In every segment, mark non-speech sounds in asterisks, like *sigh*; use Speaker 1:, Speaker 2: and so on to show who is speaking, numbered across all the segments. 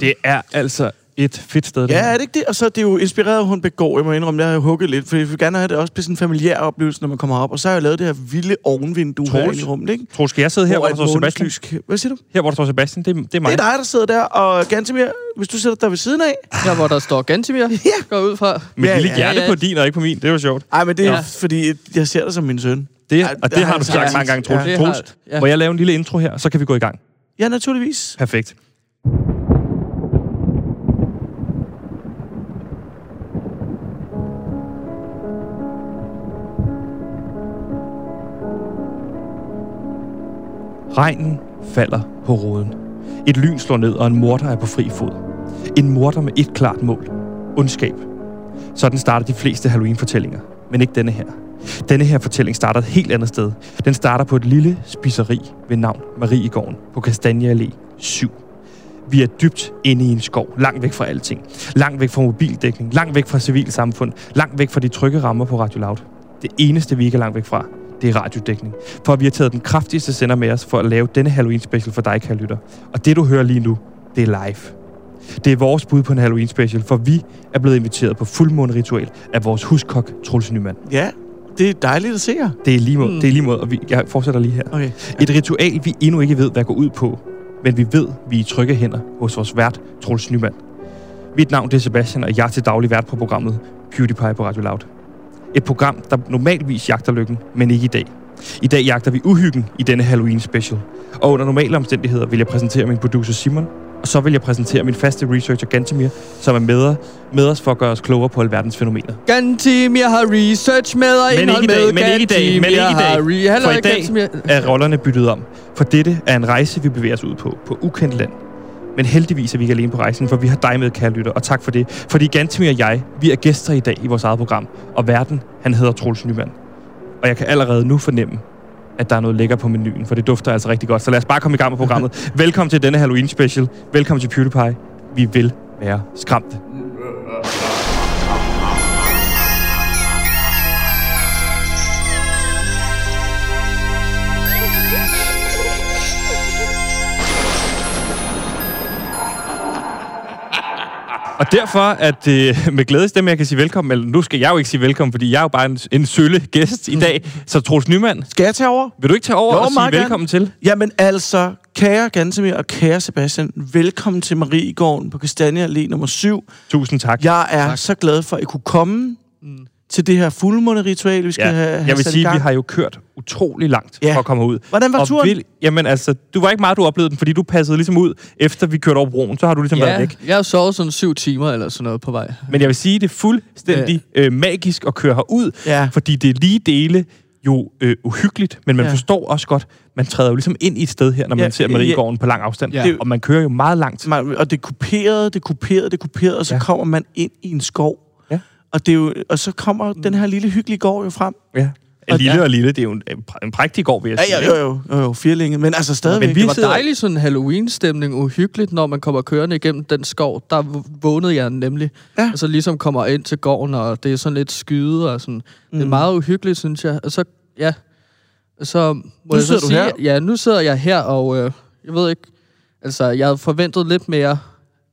Speaker 1: Det er altså et fedt sted.
Speaker 2: Ja, er
Speaker 1: det.
Speaker 2: det ikke det? Og så er det jo inspireret af Hornbæk Gård, jeg må indrømme, jeg har hugget lidt, for jeg vil gerne have det også bliver sådan en familiær oplevelse, når man kommer op. Og så har jeg lavet det her vilde ovenvindue
Speaker 1: Troels,
Speaker 2: her i rummet, ikke?
Speaker 1: Tror, skal jeg sidde her, hvor,
Speaker 2: Hvor
Speaker 1: der
Speaker 2: et
Speaker 1: står Sebastian?
Speaker 2: månedslys- Hvad siger du?
Speaker 1: Her, hvor der står Sebastian, det, det er mig.
Speaker 2: Det er dig, der sidder der, og Gantemir, hvis du sætter dig ved siden af...
Speaker 3: Der, hvor der står Gantimir,
Speaker 2: Ja.
Speaker 3: går jeg ud fra.
Speaker 1: Med
Speaker 2: Ja,
Speaker 1: ja, lille
Speaker 2: ja,
Speaker 1: hjerte
Speaker 3: ja.
Speaker 1: på din og ikke på min. Det er jo sjovt.
Speaker 2: Ej, men det er
Speaker 3: Ja.
Speaker 2: ja. fordi, jeg ser dig som min søn.
Speaker 1: Det,
Speaker 2: Ej,
Speaker 1: og
Speaker 2: der
Speaker 1: det
Speaker 2: har
Speaker 1: har du
Speaker 2: han
Speaker 1: sagt
Speaker 2: sagt.
Speaker 1: mange gange, Troels. Ja.
Speaker 3: Ja. Det har-
Speaker 1: Troels,
Speaker 3: ja.
Speaker 1: må jeg lave en lille intro her, så kan vi gå i gang.
Speaker 2: Ja, naturligvis.
Speaker 1: Perfekt. Regnen falder på ruden. Et lyn slår ned, og en morter er på fri fod. En morter med et klart mål. Ondskab. Sådan starter de fleste Halloween-fortællinger. Men ikke denne her. Denne her fortælling starter et helt andet sted. Den starter på et lille spiseri ved navn Mariegården på Kastanje Allé 7. Vi er dybt inde i en skov, langt væk fra alting. Langt væk fra mobildækning, langt væk fra civilsamfund, langt væk fra de trygge rammer på Radio Loud. Det eneste, vi ikke er langt væk fra, det er radiodækning. For vi har taget den kraftigste sender med os for at lave denne Halloween-special for dig, kære lytter. Og det, du hører lige nu, det er live. Det er vores bud på en Halloween-special, for vi er blevet inviteret på fuldmåneritual af vores huskok, Troels Nyman.
Speaker 2: Ja, det er dejligt at se jer.
Speaker 1: Det er lige mod,
Speaker 3: Mm.
Speaker 1: mm. det er lige mod og vi, jeg fortsætter lige her.
Speaker 2: Okay.
Speaker 1: Et ritual, vi endnu ikke ved, hvad går ud på, men vi ved, vi er i trygge hænder hos vores vært, Troels Nyman. Mit navn det er Sebastian, og jeg er til daglig vært på programmet PewDiePie på Radio Loud. Et program, der normalvis jagter lykken, men ikke i dag. I dag jagter vi uhyggen i denne Halloween special. Og under normale omstændigheder vil jeg præsentere min producer Simon, og så vil jeg præsentere min faste researcher Gantemir, som er med, med os for at gøre os klogere på alverdens fænomener.
Speaker 3: Gantimir har research med og
Speaker 1: Men
Speaker 3: indhold
Speaker 1: ikke i dag,
Speaker 3: med.
Speaker 1: men ikke i dag, men ikke i
Speaker 3: Gantimir
Speaker 1: dag.
Speaker 3: har Re- Hallo,
Speaker 1: For i dag
Speaker 3: Gantimir.
Speaker 1: er rollerne byttet om. For dette er en rejse, vi bevæger os ud på, på ukendt land. Men heldigvis er vi ikke alene på rejsen, for vi har dig med, kære lytter, og tak for det. Fordi Gantemir og jeg, vi er gæster i dag i vores eget program, og verden, han hedder Troels Nyman. Og jeg kan allerede nu fornemme, at der er noget lækker på menuen, for det dufter altså rigtig godt. Så lad os bare komme i gang med programmet. Velkommen til denne Halloween special. Velkommen til PewDiePie. Vi vil være skræmte. Og derfor, at øh, *laughs* med glæde stemme, jeg kan sige velkommen, eller nu skal jeg jo ikke sige velkommen, fordi jeg er jo bare en, en sølle gæst i dag. Så Troels Nyman,
Speaker 2: Skal jeg tage over?
Speaker 1: vil du ikke tage over
Speaker 2: Jo,
Speaker 1: og sige
Speaker 2: meget gerne.
Speaker 1: velkommen til?
Speaker 2: Jamen altså, kære Gantemir og kære Sebastian, velkommen til Mariegården på Kastanje Allé nummer 7.
Speaker 1: Tusind tak.
Speaker 2: Jeg er tak. så glad for, at I kunne komme mm. til det her fuldmåneritual, vi skal ja. have, have
Speaker 1: jeg vil
Speaker 2: sat
Speaker 1: sige,
Speaker 2: i
Speaker 1: at
Speaker 2: gang.
Speaker 1: vi har jo kørt utrolig langt
Speaker 2: Ja.
Speaker 1: for at komme ud.
Speaker 2: Hvordan var
Speaker 1: og
Speaker 2: turen?
Speaker 1: jamen altså, du var ikke meget, du oplevede den, fordi du passede ligesom ud, efter vi kørte over broen, så har du ligesom været
Speaker 3: Ja,
Speaker 1: væk.
Speaker 3: jeg har sovet sådan syv timer eller sådan noget på vej.
Speaker 1: Men jeg vil sige, det er fuldstændig ja. øh, magisk at køre herud,
Speaker 2: Ja.
Speaker 1: fordi det er lige dele jo øh, uhyggeligt, men man
Speaker 2: Ja.
Speaker 1: ja. forstår også godt, man træder jo ligesom ind i et sted her, når man
Speaker 2: Ja,
Speaker 1: ja, ser
Speaker 2: ja,
Speaker 1: Mariegården ja. på lang afstand,
Speaker 3: Ja.
Speaker 1: ja. og man kører jo meget langt.
Speaker 2: Man, og det er kuperet, det er kuperet, det er kuperet, og så ja.
Speaker 1: Ja.
Speaker 2: kommer man ind i en skov.
Speaker 1: Ja.
Speaker 2: Og, det er jo, og så kommer den her lille hyggelige gård jo frem.
Speaker 1: Ja.
Speaker 3: Og-
Speaker 1: Lille
Speaker 3: ja.
Speaker 1: og lille, det er jo en, en præ- en prægtig gård, vil jeg sige.
Speaker 2: jo, jo, jo, jo firlinget, men altså stadigvæk.
Speaker 1: Men
Speaker 3: Det
Speaker 1: vi
Speaker 3: var
Speaker 1: sidder-
Speaker 3: dejlig sådan Halloween-stemning, uhyggeligt, når man kommer kørende igennem den skov. Der v- vågnede jeg nemlig,
Speaker 2: Ja.
Speaker 3: ja. og så ligesom kommer ind til gården, og det er sådan lidt skyde og sådan. Mm. Det er meget uhyggeligt, synes jeg. Og så, ja, så må
Speaker 2: Nu
Speaker 3: jeg så
Speaker 2: sidder du
Speaker 3: sige,
Speaker 2: her.
Speaker 3: ja, nu sidder jeg her, og øh, jeg ved ikke, altså jeg havde forventet lidt mere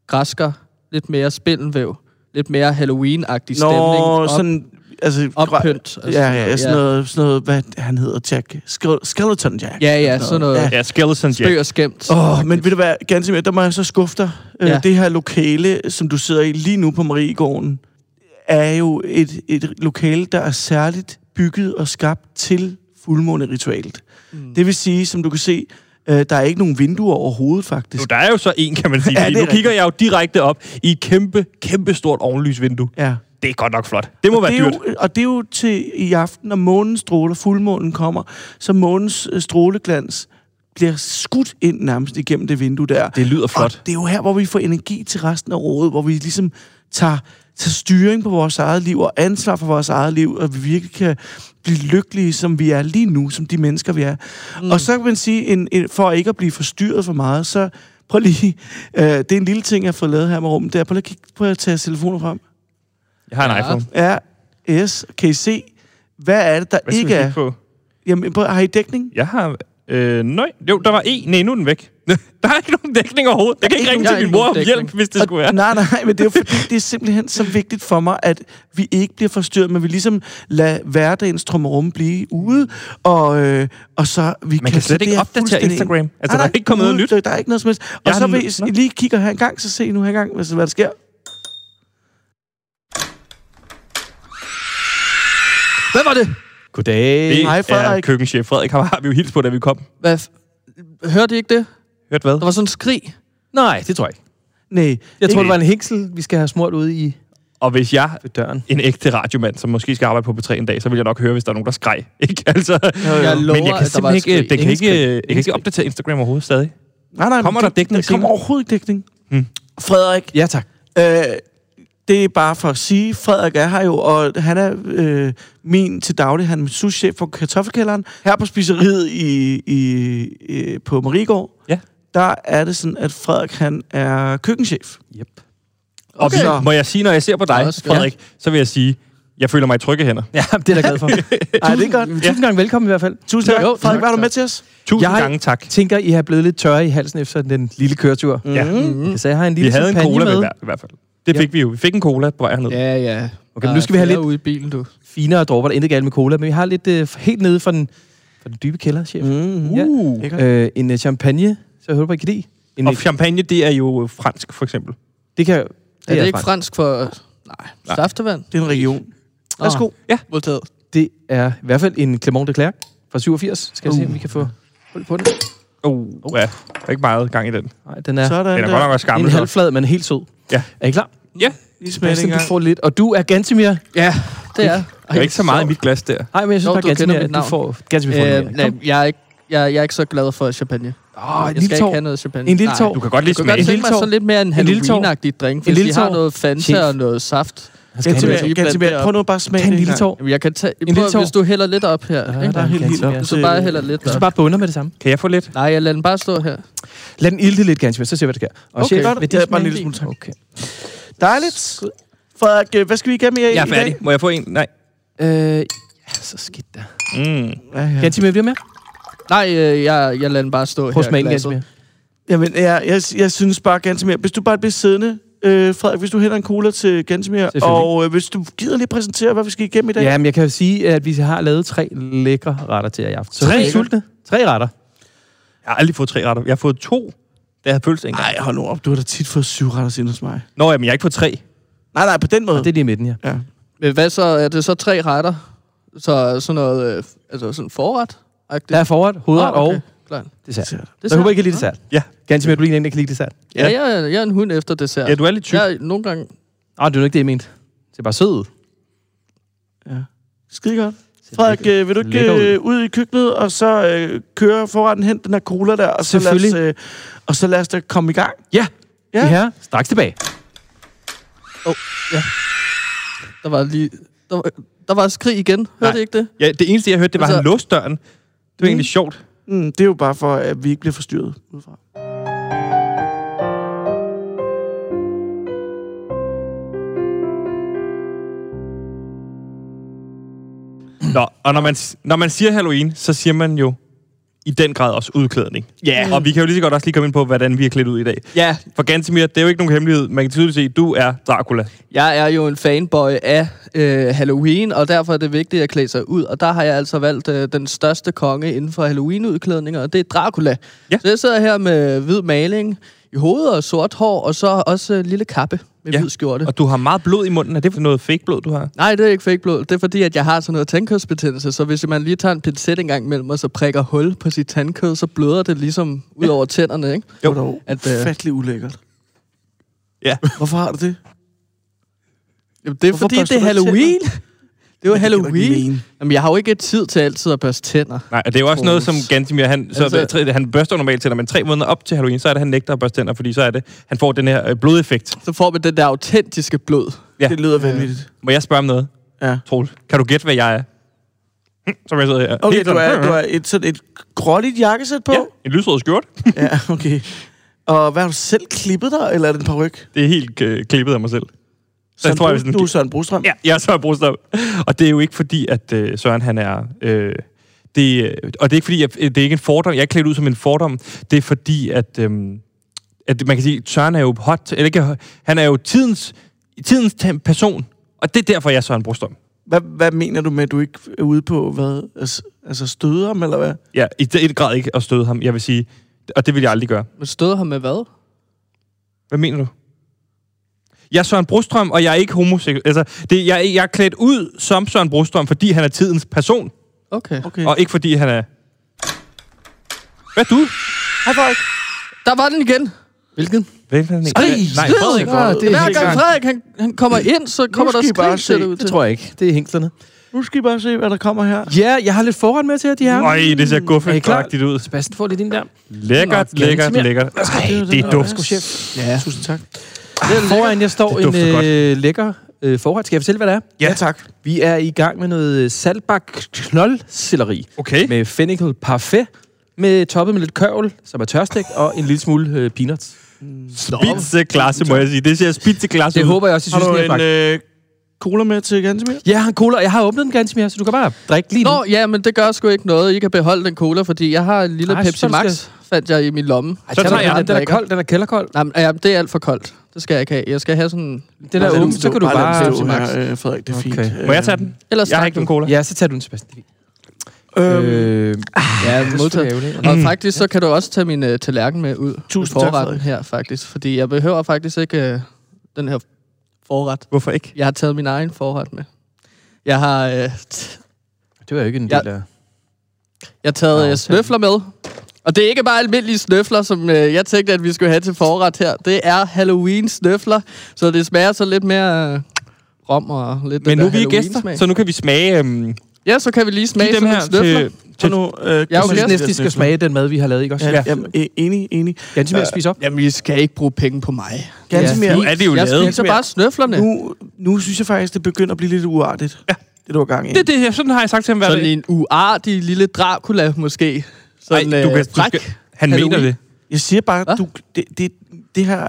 Speaker 3: græsker, lidt mere spindelvæv, lidt mere Halloween-agtig stemning.
Speaker 2: Nå,
Speaker 3: op-
Speaker 2: sådan... Altså,
Speaker 3: oppynt,
Speaker 2: grø-
Speaker 3: altså,
Speaker 2: ja, ja, sådan
Speaker 3: ja.
Speaker 2: noget, sådan noget, hvad han hedder, Jack. Skele- Skeleton Jack.
Speaker 3: Ja, ja, sådan noget.
Speaker 2: Ja.
Speaker 1: Ja, Skeleton Jack.
Speaker 3: Spøg og skæmt.
Speaker 2: Åh, oh, men ved du hvad, ganske mere, der må jeg så skuffe dig.
Speaker 3: Ja.
Speaker 2: Ja. Det her lokale, som du sidder i lige nu på Mariegården, er jo et, et lokale, der er særligt bygget og skabt til fuldmåneritualet. Mm. Det vil sige, som du kan se, øh, der er ikke nogen vinduer overhovedet, faktisk.
Speaker 1: Nu, der er jo så en, kan man sige.
Speaker 2: Ja,
Speaker 1: ja,
Speaker 2: det er
Speaker 1: nu kigger jeg jo direkte op i et kæmpe, kæmpe stort ovenlysvindue.
Speaker 2: Ja.
Speaker 1: Det er godt nok flot. Det må være
Speaker 2: det er
Speaker 1: dyrt.
Speaker 2: jo, og det er jo til i aften, når månen stråler, fuldmånen kommer, så månens øh, stråleglans bliver skudt ind nærmest igennem det vindue der.
Speaker 1: Det lyder flot.
Speaker 2: Og det er jo her, hvor vi får energi til resten af året, hvor vi ligesom tager, tager styring på vores eget liv og ansvar for vores eget liv, og vi virkelig kan blive lykkelige, som vi er lige nu, som de mennesker, vi er. Mm. Og så kan man sige, en, en, for ikke at blive forstyrret for meget, så prøv lige, øh, det er en lille ting, jeg har fået lavet her med rummet, det er, prøv lige at kigge på at tage telefoner frem.
Speaker 1: Jeg har en
Speaker 3: Ja.
Speaker 1: iPhone.
Speaker 2: Ja, yes, kan I se, hvad er det, der
Speaker 1: Hvad skal vi
Speaker 2: ikke er?
Speaker 1: kigge på?
Speaker 2: Jamen, prøv, har I dækning?
Speaker 1: Jeg har... Øh, nej. Jo, der var en. Nej, nu er den væk. *laughs* Der er ikke nogen dækning overhovedet. Jeg kan ikke
Speaker 3: ikke
Speaker 1: ringe
Speaker 3: nogen-
Speaker 1: til min
Speaker 3: der er
Speaker 1: mor om
Speaker 3: ikke
Speaker 1: hjælp,
Speaker 3: nogen dækning.
Speaker 1: hvis det skulle være.
Speaker 2: Og, nej, nej, men det er jo fordi, det er simpelthen så vigtigt for mig, at vi ikke bliver forstyrret, men vi ligesom lader hverdagens trummerum blive ude, og, øh, og så vi
Speaker 1: Man kan slet ikke
Speaker 2: sortere
Speaker 1: opdatere
Speaker 2: fuldstændig
Speaker 1: Instagram.
Speaker 2: ind.
Speaker 1: Altså, der er ikke kommet noget
Speaker 2: ude-
Speaker 1: nyt.
Speaker 2: Der, der er ikke noget som helst. Og
Speaker 1: Jeg
Speaker 2: så
Speaker 1: har den-
Speaker 2: hvis I lige kigger her en gang, så se nu her en gang, hvis- hvad der sker.
Speaker 3: Hvad var det?
Speaker 4: Goddag.
Speaker 1: Det
Speaker 2: Hej,
Speaker 1: er
Speaker 2: Frederik.
Speaker 1: køkkenchef Frederik. Ham har vi jo hils på, da vi kom.
Speaker 3: Hvad? f- Hørte I ikke det?
Speaker 1: Hørt hvad?
Speaker 3: Der var sådan en skrig.
Speaker 4: Nej, det tror jeg ikke.
Speaker 2: Nej,
Speaker 4: Jeg tror, det var en hængsel, vi skal have smurt ude i
Speaker 1: Og hvis jeg,
Speaker 4: ved døren.
Speaker 1: en ægte radiomand, som måske skal arbejde på P3 en dag, så vil jeg nok høre, hvis der er nogen, der skreg. *laughs* Ikke? Altså,
Speaker 3: Jeg lover,
Speaker 1: men jeg kan
Speaker 3: at der var
Speaker 1: simpelthen
Speaker 3: et skrig.
Speaker 1: ikke, det kan
Speaker 3: Ingen
Speaker 1: ikke,
Speaker 3: skrig.
Speaker 1: jeg kan ikke opdatere Instagram overhovedet stadig.
Speaker 2: nej, nej,
Speaker 1: Kommer
Speaker 2: men
Speaker 1: der dækning
Speaker 2: Der kommer
Speaker 1: senere?
Speaker 2: overhovedet ikke dækning. Frederik,
Speaker 4: Ja, tak.
Speaker 2: Øh, det er bare for at sige, Frederik er her jo, og han er øh, min til daglig, han er min souschef for kartoffelkælderen. Her på spiseriet i, i, i, på Marigård,
Speaker 1: Ja.
Speaker 2: der er det sådan, at Frederik han er køkkenchef.
Speaker 4: Yep.
Speaker 1: Og
Speaker 2: Okay.
Speaker 1: okay. må jeg sige, når jeg ser på dig,
Speaker 3: Det er også skønt.
Speaker 1: Frederik, så vil jeg sige, jeg føler mig i trygge hænder.
Speaker 4: Ja, det er jeg da glad for.
Speaker 2: Ej, det er godt.
Speaker 4: Tusind gange velkommen i hvert fald.
Speaker 2: Tusind tak.
Speaker 3: Jo,
Speaker 2: Frederik,
Speaker 3: tak,
Speaker 2: var du
Speaker 3: tak.
Speaker 2: med til os?
Speaker 1: Tusind jeg...
Speaker 4: Jeg-
Speaker 1: gange tak.
Speaker 4: Tænker, I har blevet lidt tørre i halsen efter den lille køretur.
Speaker 1: Ja.
Speaker 4: Mm. Jeg sagde, jeg har en
Speaker 1: Vi
Speaker 4: lille
Speaker 1: havde en
Speaker 4: champagne
Speaker 1: cola med.
Speaker 4: med.
Speaker 1: Hver, i hvert fald. Det fik vi jo. Vi fik en cola på vej herned.
Speaker 3: Ja, ja.
Speaker 4: Okay,
Speaker 3: Der
Speaker 4: men nu
Speaker 3: er
Speaker 4: skal vi have
Speaker 3: flere
Speaker 4: lidt-
Speaker 3: ude i bilen, du.
Speaker 4: Finere dråber, der er intet galt med cola, men vi har lidt øh, helt nede fra den, fra den dybe kælder, chef.
Speaker 2: Mm-hmm.
Speaker 4: Ja.
Speaker 1: Uh.
Speaker 4: Øh, en øh, champagne, så jeg håber, I kan lide. En,
Speaker 1: Og champagne, det er jo øh, fransk, for eksempel.
Speaker 4: det kan
Speaker 3: Er det ikke
Speaker 4: fransk.
Speaker 3: fransk for... Nej,
Speaker 1: Nej.
Speaker 3: saftevand.
Speaker 2: Det er en region. Værsgo.
Speaker 3: Modtaget.
Speaker 4: Det er i hvert fald en Clement de Klerk fra 87. Skal vi se, om vi kan få hul på den?
Speaker 1: Uh. Ja, der er ikke meget gang i den.
Speaker 4: Nej, den er
Speaker 2: Sådan
Speaker 1: Den er
Speaker 2: der.
Speaker 1: godt nok også
Speaker 4: en
Speaker 1: gammel. så.
Speaker 4: halvflad, men helt sød.
Speaker 1: Ja.
Speaker 4: Er I klar?
Speaker 1: Ja,
Speaker 2: Lige smag det en
Speaker 4: Bastian, du
Speaker 2: gang.
Speaker 4: får lidt. Og du er Gantemir.
Speaker 3: Ja, det er.
Speaker 1: der er ikke så meget i mit glas der.
Speaker 4: Nej, men jeg synes
Speaker 3: Nå,
Speaker 4: bare,
Speaker 3: du kender
Speaker 4: Gantemir,
Speaker 3: mit
Speaker 4: at du
Speaker 3: navn.
Speaker 4: får Gantemir. får
Speaker 3: Øh,
Speaker 4: den her.
Speaker 3: nej,
Speaker 4: Kom.
Speaker 3: jeg er ikke... Jeg, jeg er ikke så glad for champagne.
Speaker 4: Åh, en
Speaker 3: jeg
Speaker 4: lille
Speaker 3: skal
Speaker 4: tår.
Speaker 3: ikke have noget champagne.
Speaker 4: En lille
Speaker 3: Nej.
Speaker 4: tår.
Speaker 1: Du kan godt lige
Speaker 3: Jeg kunne godt
Speaker 1: smage.
Speaker 3: tænke mig
Speaker 4: lille tår.
Speaker 3: sådan lidt mere en
Speaker 4: En lille tår.
Speaker 3: Halloween-agtig drink,
Speaker 4: En
Speaker 3: hvis
Speaker 4: lille
Speaker 3: de har
Speaker 4: tår.
Speaker 3: noget Fanta
Speaker 4: Chef.
Speaker 3: og noget saft.
Speaker 4: Han skal have
Speaker 3: Gantemir.
Speaker 2: Gantemir,
Speaker 3: lige
Speaker 4: noget.
Speaker 3: blande det
Speaker 2: Gantemir,
Speaker 3: op.
Speaker 2: prøv nu at bare smage
Speaker 4: Tag en
Speaker 2: det
Speaker 4: lille tår.
Speaker 2: gang.
Speaker 3: Jamen, jeg kan tage...
Speaker 4: En lille
Speaker 3: Prøv,
Speaker 4: tår.
Speaker 3: hvis du hælder lidt op her.
Speaker 4: Ja,
Speaker 3: ikke?
Speaker 4: der er helt
Speaker 2: Gantemir.
Speaker 4: helt op.
Speaker 3: Hvis du bare hælder lidt
Speaker 4: Du
Speaker 3: op.
Speaker 4: skal bare bunder med det samme.
Speaker 1: Kan jeg få lidt?
Speaker 3: Nej, jeg lader den bare stå her.
Speaker 4: Lad den ilte lidt, Gantemir, så ser vi, hvad der sker. Og
Speaker 2: Okay,
Speaker 4: chef,
Speaker 2: godt.
Speaker 4: vil
Speaker 2: Ja,
Speaker 4: smage?
Speaker 2: bare en lille smule, tak.
Speaker 4: Okay.
Speaker 2: Dejligt. Frederik, øh, hvad skal vi igennem i,
Speaker 1: Jeg
Speaker 2: i
Speaker 1: er
Speaker 2: dag?
Speaker 1: færdig. Må jeg få en? Nej.
Speaker 4: Øh, ja, så skidt der.
Speaker 1: Mm.
Speaker 2: Ja, ja.
Speaker 4: Gantemir, bliver med.
Speaker 3: Nej, øh, jeg, jeg lader den bare stå
Speaker 4: Prøv at
Speaker 3: her.
Speaker 4: smage den,
Speaker 3: glasset.
Speaker 4: Gantemir.
Speaker 2: Jamen, jeg, jeg, jeg synes bare Gantemir, hvis du bare bliver siddende, øh, Frederik, hvis du hælder en cola til Gantemir,
Speaker 4: Selvfølgelig.
Speaker 2: og øh, hvis du gider lige præsentere, hvad vi skal igennem i dag.
Speaker 4: Ja, men jeg kan jo sige, at vi har lavet tre lækre retter til jer i aften. Så
Speaker 1: Tre?
Speaker 4: tre sultne? Tre retter.
Speaker 1: Jeg har aldrig fået tre retter. Jeg har fået to, da jeg havde pølse engang.
Speaker 2: Nej, hold nu op, du har da tit fået syv retter siden hos mig.
Speaker 1: Nå, jamen, jeg har ikke fået tre.
Speaker 2: Nej, nej, på den måde.
Speaker 4: Og det er lige i midten, ja.
Speaker 2: Ja.
Speaker 3: Men hvad så? Er det så tre retter? Så sådan noget... Øh, altså sådan forret?
Speaker 4: Der er forret, hovedret
Speaker 3: Ah,
Speaker 4: oh,
Speaker 3: okay.
Speaker 4: okay. og
Speaker 3: Klart.
Speaker 4: dessert. Så
Speaker 3: Dessert.
Speaker 4: jeg håber, I kan lide dessert.
Speaker 1: Ja.
Speaker 4: Ganske mere, du er en af dem, der kan lide dessert.
Speaker 3: Ja, jeg, er- jeg er en hund efter dessert.
Speaker 1: Ja, du er lidt tyk.
Speaker 3: Jeg er nogle gange...
Speaker 4: Ah, det er jo ikke det, jeg mente. Det er bare sød.
Speaker 2: ja. Skide godt. Frederik, øh, vil du ikke
Speaker 4: Lækker ud.
Speaker 2: øh, ud i køkkenet, og så øh, køre foran hen den her cola der, og så, lad os,
Speaker 4: Selvfølgelig.
Speaker 2: øh, og så lad os da komme i gang.
Speaker 4: Ja,
Speaker 2: Ja.
Speaker 4: ja. Vi her straks tilbage.
Speaker 3: Der var lige... Der var, der var et skrig igen.
Speaker 1: Nej.
Speaker 3: Hørte I ikke det?
Speaker 1: Ja, det eneste, jeg hørte, det var, at
Speaker 3: Altså-
Speaker 1: han låste døren. Det var egentlig sjovt.
Speaker 2: Mm, det er jo bare for, at vi ikke bliver forstyrret udefra.
Speaker 1: Nå, og når man, når man siger Halloween, så siger man jo i den grad også udklædning. Ja. Yeah. Og vi kan jo lige så godt også lige komme ind på, hvordan vi er klædt ud i dag.
Speaker 3: Ja,
Speaker 1: For Gantemir, det er jo ikke nogen hemmelighed. Man kan tydeligt se, at du er Dracula.
Speaker 3: Jeg er jo en fanboy af øh, Halloween, og derfor er det vigtigt at klæde sig ud. Og der har jeg altså valgt øh, den største konge inden for Halloween-udklædninger, og det er Dracula.
Speaker 1: Ja.
Speaker 3: Ja. Så jeg sidder her med hvid maling i hovedet og sort hår, og så også øh, lille kappe med
Speaker 1: Ja.
Speaker 3: ja. hvid skjorte.
Speaker 1: Og du har meget blod i munden. Er det for noget fake blod, du har?
Speaker 3: Nej, det er ikke fake blod. Det er fordi, at jeg har sådan noget tandkødsbetændelse, så hvis man lige tager en pincet en gang imellem, og så prikker hul på sit tandkød, så bløder det ligesom ud over tænderne, ikke?
Speaker 1: Jo.
Speaker 2: Jo. Det var
Speaker 3: At,
Speaker 2: da
Speaker 3: øh,
Speaker 2: ufattelig ulækkert.
Speaker 1: Ja.
Speaker 2: Hvorfor har du det?
Speaker 3: Jamen, det er
Speaker 2: Hvorfor
Speaker 3: Hvorfor fordi,
Speaker 2: børster
Speaker 3: det er
Speaker 2: du ikke
Speaker 3: Halloween. Det er jo
Speaker 2: Men det kan du ikke
Speaker 3: Halloween.
Speaker 2: mene.
Speaker 3: Jamen, jeg har jo ikke tid til altid at børste tænder.
Speaker 1: Nej, og det er jo også noget, som
Speaker 3: Troels.
Speaker 1: Gantemir, han, så
Speaker 3: Altså-
Speaker 1: altså, han børster jo normalt tænder, men tre måneder op til Halloween, så er det, han nægter at børste tænder, fordi så er det, han får den her øh, blodeffekt.
Speaker 3: Så får man den der autentiske blod.
Speaker 1: Ja.
Speaker 2: Ja. Det lyder vanvittigt.
Speaker 1: Må jeg spørge om noget?
Speaker 2: Ja.
Speaker 1: Troels, kan du gætte, hvad jeg er? Hm, Som jeg sidder her.
Speaker 2: Okay,
Speaker 1: Helt
Speaker 2: du
Speaker 1: sådan.
Speaker 2: har, du har et, sådan et gråligt jakkesæt på.
Speaker 1: Ja, en lysrød skjort.
Speaker 2: *laughs* Ja, okay. Og hvad har du selv klippet dig, eller er det en paryk?
Speaker 1: Det er helt øh, klippet af mig selv. Så
Speaker 2: Søren
Speaker 1: jeg tror, jeg
Speaker 2: Bro-
Speaker 1: vil sådan-
Speaker 2: Du er Søren Brostrøm.
Speaker 1: Ja, jeg er Søren Brostrøm. Og det er jo ikke fordi, at øh, Søren han er... Øh, det Det, øh, og det er ikke fordi, jeg, det er ikke en fordom. Jeg er ikke klædt ud som en fordom. Det er fordi, at, øhm, at man kan sige, Søren er jo hot, eller ikke, hot, han er jo tidens, tidens tem- person. Og det er derfor, jeg er Søren Brostrøm.
Speaker 2: Hvad, hvad mener du med, at du ikke er ude på, hvad, altså- altså støder ham, eller hvad?
Speaker 1: Ja, i den grad ikke at støde ham, jeg vil sige. Og det vil jeg aldrig gøre.
Speaker 3: Men støder ham med hvad?
Speaker 1: Hvad mener du? Jeg er Søren Brostrøm, og jeg er ikke homoseksuel. Altså, det, jeg, er- jeg er klædt ud som Søren Brostrøm, fordi han er tidens person,
Speaker 3: Okay.
Speaker 2: Okay.
Speaker 1: og ikke fordi han er... Hvad er du?
Speaker 2: Hej, Frederik.
Speaker 3: Der var den igen. Hvilken?
Speaker 1: Hvilken?
Speaker 2: Skrig!
Speaker 1: Nej,
Speaker 3: Skrid!
Speaker 1: Frederik.
Speaker 4: Ja, det er
Speaker 3: Hver
Speaker 4: helt
Speaker 3: gang
Speaker 4: klart.
Speaker 3: Frederik han, han kommer ind, så kommer der
Speaker 2: skal I bare
Speaker 3: skrig, ser
Speaker 2: se.
Speaker 3: det ud
Speaker 4: Det
Speaker 3: til.
Speaker 4: tror jeg ikke. Det er hængslerne.
Speaker 2: Nu skal I bare se, hvad der kommer her.
Speaker 4: Ja, jeg har lidt forret med til jer, de her.
Speaker 1: Nej, det ser guffet
Speaker 4: guffet-agtigt
Speaker 1: ud.
Speaker 4: Sebastian, får lidt ind der.
Speaker 1: Lækkert,
Speaker 4: Nå,
Speaker 1: lækkert,
Speaker 4: ganske
Speaker 1: lækkert. Ej, det er duft.
Speaker 4: Sku chef.
Speaker 2: Ja. Tusind tak.
Speaker 4: Foran jeg står
Speaker 1: Det
Speaker 4: en
Speaker 1: dufter
Speaker 4: øh, lækker øh, forret. Skal jeg fortælle, hvad det er?
Speaker 1: Ja.
Speaker 2: tak.
Speaker 4: Vi er i gang med noget salbak knoldselleri
Speaker 1: Okay.
Speaker 4: med fennikel parfait med toppet med lidt kørvel, som er tørstegt, og en lille smule øh, peanuts.
Speaker 1: Spitseklasse, må jeg sige. Det ser spitseklasse
Speaker 4: Det
Speaker 1: ud.
Speaker 4: håber jeg også, I
Speaker 2: Har
Speaker 4: synes,
Speaker 2: du
Speaker 4: den er
Speaker 2: en
Speaker 4: bagt.
Speaker 2: øh, cola med til Gantemir?
Speaker 4: Ja, han cola. Jeg har åbnet den ganske mere, så du kan bare drikke lige nu.
Speaker 3: Nå, ja, men det gør sgu ikke noget. I kan beholde den cola, fordi jeg har en lille
Speaker 4: Ej,
Speaker 3: Ej, Pepsi
Speaker 4: så skal-
Speaker 3: Max, fandt jeg i min lomme.
Speaker 4: Ej,
Speaker 1: så
Speaker 4: tag
Speaker 1: tager
Speaker 4: den.
Speaker 1: jeg
Speaker 4: den.
Speaker 3: den.
Speaker 4: Den er kold, den er kælderkold.
Speaker 3: Nej, men, ja, det er alt for koldt. Det skal jeg ikke have. Jeg skal have sådan...
Speaker 4: Den er
Speaker 3: Bare lad
Speaker 4: åben,
Speaker 3: den
Speaker 4: så kan du bare...
Speaker 2: Lad den stå her, øh, Frederik. Det er fint. Øh,
Speaker 4: Okay.
Speaker 1: Må jeg tage den?
Speaker 3: Ellers
Speaker 1: Jeg har
Speaker 3: tak,
Speaker 1: ikke nogen
Speaker 3: du.
Speaker 1: cola.
Speaker 4: Ja, så tager du den, Sebastian.
Speaker 2: Øhm, øh,
Speaker 4: Øh,
Speaker 3: Ja, modtaget. Og
Speaker 1: Mm.
Speaker 3: faktisk, så kan du også tage min uh, tallerken med ud.
Speaker 2: Tusind
Speaker 3: med
Speaker 2: tak,
Speaker 3: forretten
Speaker 2: Frederik.
Speaker 3: her, faktisk. Fordi jeg behøver faktisk ikke uh, den her forret.
Speaker 1: Hvorfor ikke?
Speaker 3: Jeg har taget min egen forret med. Jeg har, uh,
Speaker 4: det var jo ikke en del
Speaker 3: Ja.
Speaker 4: af...
Speaker 3: jeg har taget
Speaker 4: Nå,
Speaker 3: uh, snøfler med. Og det er ikke bare almindelige snøfler, som uh, jeg tænkte, at vi skulle have til forret her. Det er Halloween-snøfler, så det smager så lidt mere uh, rom og lidt
Speaker 1: Men
Speaker 3: den
Speaker 1: nu er
Speaker 3: der
Speaker 1: vi gæster,
Speaker 3: Halloween-smag.
Speaker 1: så nu kan vi smage øhm,
Speaker 3: Ja, så kan vi lige smage
Speaker 1: give dem
Speaker 3: sådan
Speaker 1: her
Speaker 3: en snøfler.
Speaker 1: til...
Speaker 2: så nu, øh,
Speaker 3: Jeg er jo
Speaker 4: Jeg synes
Speaker 3: gæst.
Speaker 4: næsten, I skal smage den mad, vi har lavet, ikke også?
Speaker 2: Ja, jamen, øh, enig, enig.
Speaker 4: Ganske mere at spise op.
Speaker 3: Jamen, vi skal ikke bruge penge på mig.
Speaker 2: Gantemir,
Speaker 1: Nu er det jo
Speaker 3: jeg
Speaker 1: lavet.
Speaker 3: spiser bare snøflerne.
Speaker 2: nu, nu synes jeg faktisk, det begynder at blive lidt uartigt. Ja. Det du var gang i.
Speaker 1: Det er det her. Sådan har jeg sagt til ham hver
Speaker 3: Sådan
Speaker 1: dag.
Speaker 3: en uartig lille Dracula, måske. Sådan, øh,
Speaker 1: Ej,
Speaker 3: Ej,
Speaker 1: du kan- du
Speaker 3: fræk.
Speaker 1: skal- Han mener
Speaker 3: Halloween.
Speaker 1: det.
Speaker 2: Jeg siger bare,
Speaker 3: Hva?
Speaker 2: du, det, det, det her...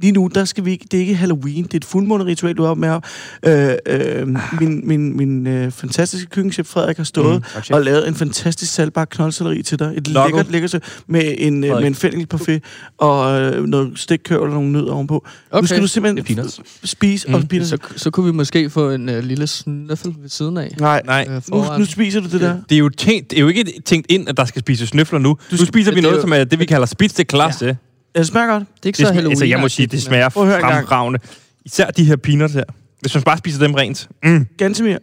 Speaker 2: Lige nu, der skal vi ikke, det er ikke Halloween, det er et fuldmåneritual, du har med op. Øh, øh, min min, min øh, fantastiske køkkenchef Frederik har stået
Speaker 4: Mm, tak,
Speaker 2: mm,
Speaker 4: chef.
Speaker 2: og lavet en fantastisk salgbar knoldselleri til dig. Et
Speaker 1: Logo.
Speaker 2: lækkert, lækkert sø- med en, øh, med en fennikelparfait og øh, noget stikkøl og nogle nødder ovenpå. Okay. Nu
Speaker 3: Okay.
Speaker 2: skal du
Speaker 4: Med
Speaker 2: simpelthen
Speaker 4: peanuts.
Speaker 2: spise mm. og spise.
Speaker 3: Så, så kunne vi måske få en uh, lille snøffel ved siden af.
Speaker 2: Nej, Nej.
Speaker 1: Nej.
Speaker 3: Øh,
Speaker 2: Nu,
Speaker 3: foran.
Speaker 2: nu spiser du det der.
Speaker 1: Det er, jo tænkt, det er jo ikke tænkt ind, at der skal spises snøfler nu. Nu spiser vi
Speaker 3: det er
Speaker 1: noget,
Speaker 3: jo-
Speaker 1: som er det, vi kalder spidseklasse. Ja.
Speaker 2: Ja, det smager godt.
Speaker 3: Det er
Speaker 1: Det
Speaker 3: ikke så
Speaker 1: smager,
Speaker 3: Halloween.
Speaker 1: altså, jeg må sige, det smager
Speaker 2: Prøv at høre en gang.
Speaker 1: fremragende. Især de her peanuts her. Hvis man bare spiser dem rent. Mm.
Speaker 2: Gantemir,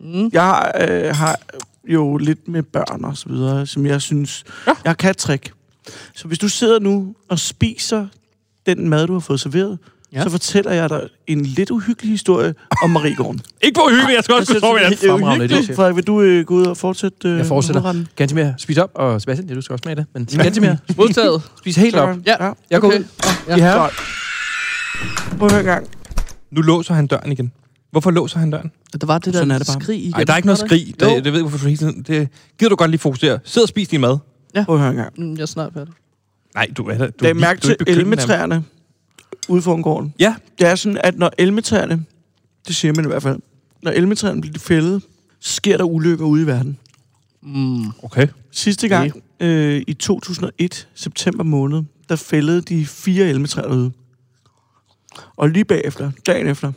Speaker 3: Mm.
Speaker 2: jeg øh, har jo lidt med børn og så videre, som jeg synes, ja. jeg kan et trick. Så hvis du sidder nu og spiser den mad, du har fået serveret, ja.
Speaker 3: Ja.
Speaker 2: så fortæller jeg dig en lidt uhyggelig historie om Marigården.
Speaker 1: Ikke hvor hyggeligt, jeg skal også kunne sove i
Speaker 2: det er
Speaker 1: nat.
Speaker 4: Fremragende, det er
Speaker 2: uhyggeligt.
Speaker 4: chef.
Speaker 2: Frederik, vil du øh, gå ud og fortsætte? Øh,
Speaker 4: Jeg fortsætter.
Speaker 2: med hovedretten?
Speaker 4: Ganske mere spise op, og Sebastian, ja, du skal også smage det. Men ganske *laughs* mere
Speaker 1: *laughs*
Speaker 3: Modtaget.
Speaker 4: spis helt *laughs* op.
Speaker 3: Ja.
Speaker 2: ja.
Speaker 4: Jeg går
Speaker 3: Okay.
Speaker 4: ud.
Speaker 3: Ja.
Speaker 4: De her.
Speaker 2: Godt. Prøv at høre en gang.
Speaker 1: Nu låser han døren igen. Hvorfor låser han døren?
Speaker 3: Der var det der
Speaker 2: Sådan er det bare.
Speaker 3: skrig igen.
Speaker 1: Nej, der er ikke noget
Speaker 3: Var
Speaker 1: skrig. Det,
Speaker 3: Jo.
Speaker 1: det ved jeg, hvorfor du hele tiden... Det gider du godt lige fokusere. Sid og spis din mad.
Speaker 2: Prøv at høre en gang.
Speaker 3: Mm, jeg er snart færdig.
Speaker 1: Nej, du er da... Du,
Speaker 2: Læg
Speaker 1: lige-
Speaker 2: mærke
Speaker 1: du er
Speaker 2: til
Speaker 1: ikke begyndt nærmest.
Speaker 2: elmetræerne ude foran gården.
Speaker 1: Ja,
Speaker 2: Det er sådan, at når elmetræerne, det siger man i hvert fald, når elmetræerne bliver fældet, så sker der ulykker ude i verden.
Speaker 3: Mm.
Speaker 1: okay.
Speaker 2: Sidste gang øh, i 2001, september måned, der fældede de fire elmetræer derude. Og lige bagefter, dagen efter,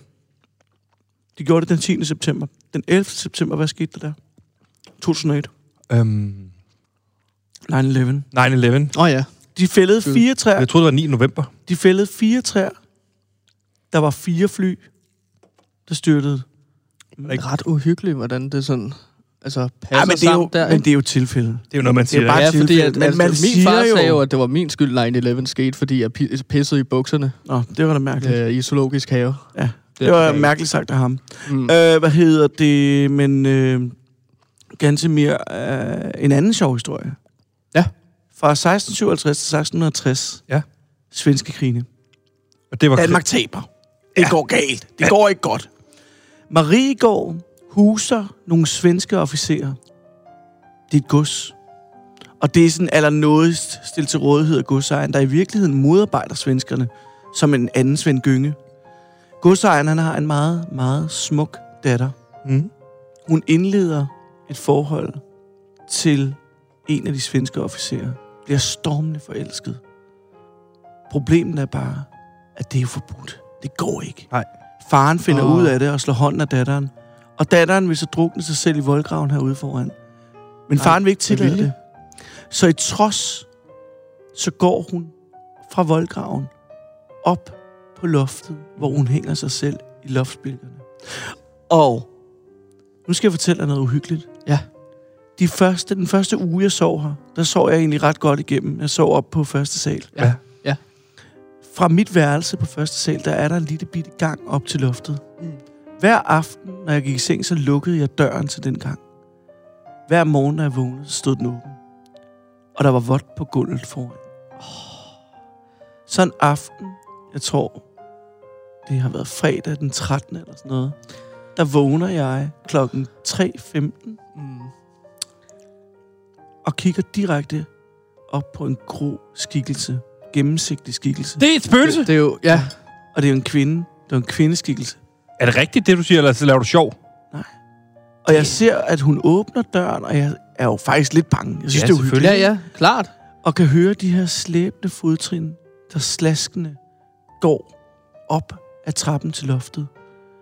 Speaker 2: de gjorde det den 10. september. Den 11. september, hvad skete der der? 2001.
Speaker 1: Øhm,
Speaker 2: 9-11.
Speaker 1: 9-11.
Speaker 3: Åh oh, ja.
Speaker 2: De fældede fire træer.
Speaker 1: Jeg troede, det var 9. november.
Speaker 2: De fældede fire træer. Der var fire fly, der styrtede.
Speaker 1: Mm.
Speaker 3: Det er ret uhyggeligt, hvordan det sådan... Altså, passer
Speaker 2: Ja, men, det er jo,
Speaker 3: sammen der,
Speaker 2: men
Speaker 3: ikke?
Speaker 2: det er jo tilfældet.
Speaker 1: Det er jo noget, man
Speaker 2: Det er
Speaker 1: siger.
Speaker 2: bare-
Speaker 3: Ja, fordi
Speaker 2: tilfælde,
Speaker 3: at,
Speaker 2: men
Speaker 3: altså,
Speaker 2: man
Speaker 3: min far
Speaker 2: siger jo-
Speaker 3: sagde jo, at det var min skyld, 9-11 skete, fordi jeg pi- pissede i bukserne
Speaker 2: Nå, det var da mærkeligt.
Speaker 3: øh, i zoologisk have.
Speaker 2: Ja,
Speaker 3: Det
Speaker 2: det var
Speaker 3: er-
Speaker 2: mærkeligt sagt af ham.
Speaker 3: Mm.
Speaker 2: Øh, hvad hedder det? Men øh, ganske mere øh, en anden sjov historie.
Speaker 3: Ja.
Speaker 2: Fra 1657 til 1660.
Speaker 1: Ja.
Speaker 2: Svenske krigene.
Speaker 1: Og det var
Speaker 2: Danmark taber. Det går galt. Det går ikke godt. Mariegaard huser nogle svenske officerer. Det er et gods. Og det er sådan allernådigst stillet til rådighed af godsejeren, der i virkeligheden modarbejder svenskerne, som en anden Svend Gynge. Godsejeren han har en meget, meget smuk datter.
Speaker 1: Mm.
Speaker 2: Hun indleder et forhold til en af de svenske officerer, bliver stormende forelsket. Problemet er bare, at det er jo forbudt. Det går ikke.
Speaker 1: Nej.
Speaker 2: Faren finder
Speaker 3: Åh.
Speaker 2: oh. ud af det og slår hånden af datteren. Og datteren vil så drukne sig selv i voldgraven herude foran. Men
Speaker 3: Nej,
Speaker 2: faren vil ikke
Speaker 3: med
Speaker 2: tillade
Speaker 3: vilje.
Speaker 2: det. Så i trods, så går hun fra voldgraven op på loftet, hvor hun hænger sig selv i loftspilkerne. Og nu skal jeg fortælle dig noget uhyggeligt.
Speaker 3: Ja.
Speaker 2: De første, den første uge, jeg sov her, der sov jeg egentlig ret godt igennem. Jeg sov op på første sal.
Speaker 3: Ja. Ja.
Speaker 2: Fra mit værelse på første sal, der er der en lille bitte gang op til loftet.
Speaker 3: Mm.
Speaker 2: Mm. Hver aften, når jeg gik i seng, så lukkede jeg døren til den gang. Hver morgen, når jeg vågnede, så stod den åben. Og der var vådt på gulvet foran.
Speaker 3: Oh.
Speaker 2: Så en aften, jeg tror, det har været fredag den 13. eller sådan noget, der vågner jeg klokken 3.15
Speaker 3: Mm.
Speaker 2: og kigger direkte op på en grå skikkelse. Gennemsigtig skikkelse.
Speaker 4: Det er et spøgelse.
Speaker 3: Det, det er jo, ja.
Speaker 2: Og det er jo en kvinde. Det er jo en kvindeskikkelse.
Speaker 1: Er det rigtigt, det du siger, eller så laver du sjov?
Speaker 2: Og jeg ser, at hun åbner døren, og jeg er jo faktisk lidt bange. Jeg synes,
Speaker 1: Ja,
Speaker 2: ja, det er uhyggeligt.
Speaker 1: selvfølgelig.
Speaker 3: Ja, ja, klart.
Speaker 2: Og kan høre de her slæbende fodtrin, der slaskende går op ad trappen til loftet.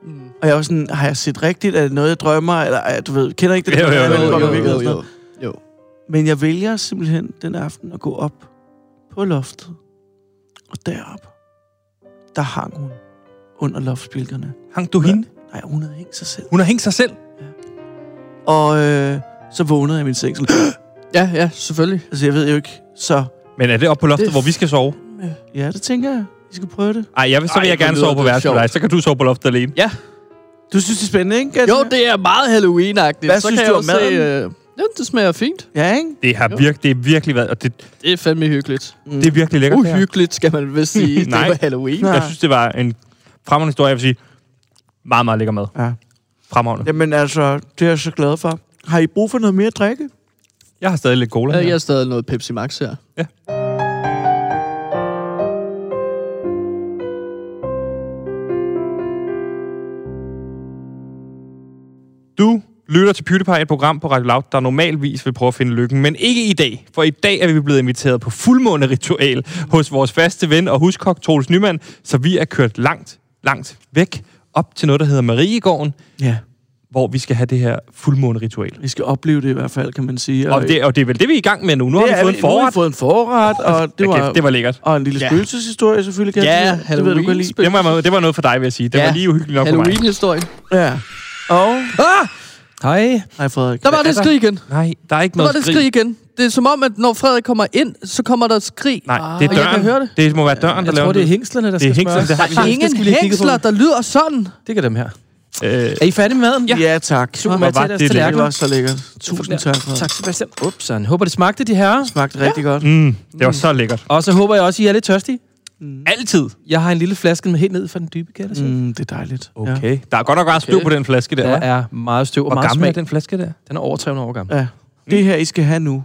Speaker 3: Mm.
Speaker 2: Og jeg var sådan, har jeg set rigtigt? Er det noget, jeg drømmer? Eller ej, du ved, kender ikke det?
Speaker 1: Jo,
Speaker 2: der
Speaker 1: jo,
Speaker 2: med,
Speaker 1: jo, jo,
Speaker 2: at man går
Speaker 1: jo,
Speaker 2: væk eller sådan noget?
Speaker 3: jo.
Speaker 2: Men jeg vælger simpelthen den aften at gå op på loftet. Og derop, der hang hun under loftspilkerne.
Speaker 1: Hang du hende?
Speaker 2: Nej, hun havde hængt sig selv.
Speaker 1: Hun har hængt sig selv.
Speaker 2: Og øh, så vågnede jeg i min seng. Sådan,
Speaker 3: Ja, ja, selvfølgelig.
Speaker 2: altså, jeg ved jo ikke. Så
Speaker 1: Men er det oppe på loftet,
Speaker 3: Det-
Speaker 1: hvor vi skal sove?
Speaker 2: ja, det tænker jeg. I skal prøve det.
Speaker 1: Ej, jeg vil, så vil
Speaker 3: Ej,
Speaker 1: jeg
Speaker 3: hvor
Speaker 1: gerne
Speaker 3: lyder
Speaker 1: sove på
Speaker 3: det
Speaker 1: værelset med
Speaker 3: sjovt.
Speaker 1: dig. Så kan du sove på loftet alene.
Speaker 3: Ja.
Speaker 2: Du synes, det er spændende, ikke? Altså,
Speaker 3: Jo, det er meget Halloween-agtigt.
Speaker 2: Hvad
Speaker 3: Så
Speaker 2: synes
Speaker 3: kan
Speaker 2: du
Speaker 3: jeg
Speaker 2: om
Speaker 3: også Se, øh, ja, det smager fint.
Speaker 2: Ja, ikke?
Speaker 1: Det har virk, det er virkelig været, og det,
Speaker 3: Det er fandme hyggeligt.
Speaker 2: Mm.
Speaker 1: det er virkelig
Speaker 3: Uh,
Speaker 1: lækkert. det her.
Speaker 3: Uhyggeligt, skal man vist sige.
Speaker 1: Nej.
Speaker 3: Det var Halloween.
Speaker 2: Nej.
Speaker 1: Jeg synes, det var en fremragende historie. Jeg vil sige, meget, meget lækker mad.
Speaker 2: Ja.
Speaker 1: Fremragende.
Speaker 2: Jamen altså, det er jeg så glad for. Har I brug for noget mere at drikke?
Speaker 1: Jeg har stadig lidt cola
Speaker 3: Ja,
Speaker 1: her.
Speaker 3: jeg har stadig noget Pepsi Max her.
Speaker 1: Du lytter til PewDiePie, et program på Radio Loud, der normalvis vil prøve at finde lykken, men ikke i dag, for i dag er vi blevet inviteret på fuldmåneritual hos vores faste ven og huskok, Troels Nyman, så vi er kørt langt, langt væk op til noget, der hedder Mariegården,
Speaker 2: Ja.
Speaker 1: hvor vi skal have det her fuldmåneritual.
Speaker 2: Vi skal opleve det i hvert fald, kan man sige.
Speaker 1: Og det, og det er vel det, vi er i gang med nu. Nu
Speaker 2: det
Speaker 1: har vi
Speaker 2: er
Speaker 1: fået en
Speaker 2: nu har vi
Speaker 1: forret.
Speaker 2: fået en forret, og det
Speaker 1: Ja,
Speaker 2: var,
Speaker 1: kæft, det var lækkert.
Speaker 2: og en lille
Speaker 3: Ja.
Speaker 2: spøgelseshistorie selvfølgelig. Kan
Speaker 3: Ja,
Speaker 2: jeg sige. det ved du godt lide.
Speaker 3: Halloween-spøg-
Speaker 1: Det var, det var noget for dig, vil jeg sige. Det
Speaker 3: Ja.
Speaker 1: var lige uhyggeligt nok for mig.
Speaker 3: Halloween-historie.
Speaker 2: Ja. Og...
Speaker 3: Ah!
Speaker 4: Hej.
Speaker 2: Nej, Frederik. Altså,
Speaker 3: Der var det skrig igen.
Speaker 1: Nej, der er ikke
Speaker 3: Der var
Speaker 1: noget
Speaker 3: det
Speaker 1: skrig.
Speaker 3: skrig igen. Det er som om, at når Frederik kommer ind, så kommer der skrig.
Speaker 1: Nej,
Speaker 3: Ah,
Speaker 1: det er
Speaker 3: og Jeg
Speaker 1: døren.
Speaker 3: kan høre det.
Speaker 1: må være døren, der
Speaker 4: Jeg
Speaker 1: laver
Speaker 4: tror, det er
Speaker 1: lyd.
Speaker 4: hængslerne, der
Speaker 1: Det er
Speaker 4: skal
Speaker 1: hængslerne,
Speaker 4: smøres.
Speaker 1: det har
Speaker 3: Der er ingen
Speaker 4: skal vi lige have kigget på.
Speaker 3: hængsler, der lyder sådan.
Speaker 4: Det kan dem her.
Speaker 1: Øh,
Speaker 4: Er I færdige med maden?
Speaker 2: Ja, ja tak.
Speaker 4: Super
Speaker 1: Hvor
Speaker 4: med til
Speaker 1: var
Speaker 4: deres
Speaker 1: det
Speaker 2: Det var
Speaker 4: tallerkener.
Speaker 2: så lækkert. Tusind tak, Frederik.
Speaker 4: Tak, Sebastian. Ups, han. Håber, det smagte, de herrer.
Speaker 2: Det smagte rigtig godt.
Speaker 1: mm, det var så lækkert.
Speaker 4: Og så håber jeg også, I er lidt tørstige.
Speaker 1: Altid.
Speaker 4: Jeg har en lille flaske med helt ned fra den dybe kælder. Mm.
Speaker 2: Mm, det er dejligt.
Speaker 1: Okay. Der er godt nok meget støv
Speaker 3: Okay.
Speaker 1: på den flaske der.
Speaker 4: Der
Speaker 1: hva'?
Speaker 4: er meget støv og
Speaker 1: Hvor
Speaker 4: meget
Speaker 1: gammel
Speaker 4: smag.
Speaker 1: er den flaske der?
Speaker 4: Den er over 300 år gammel.
Speaker 2: Ja. ja. Det her, I skal have nu,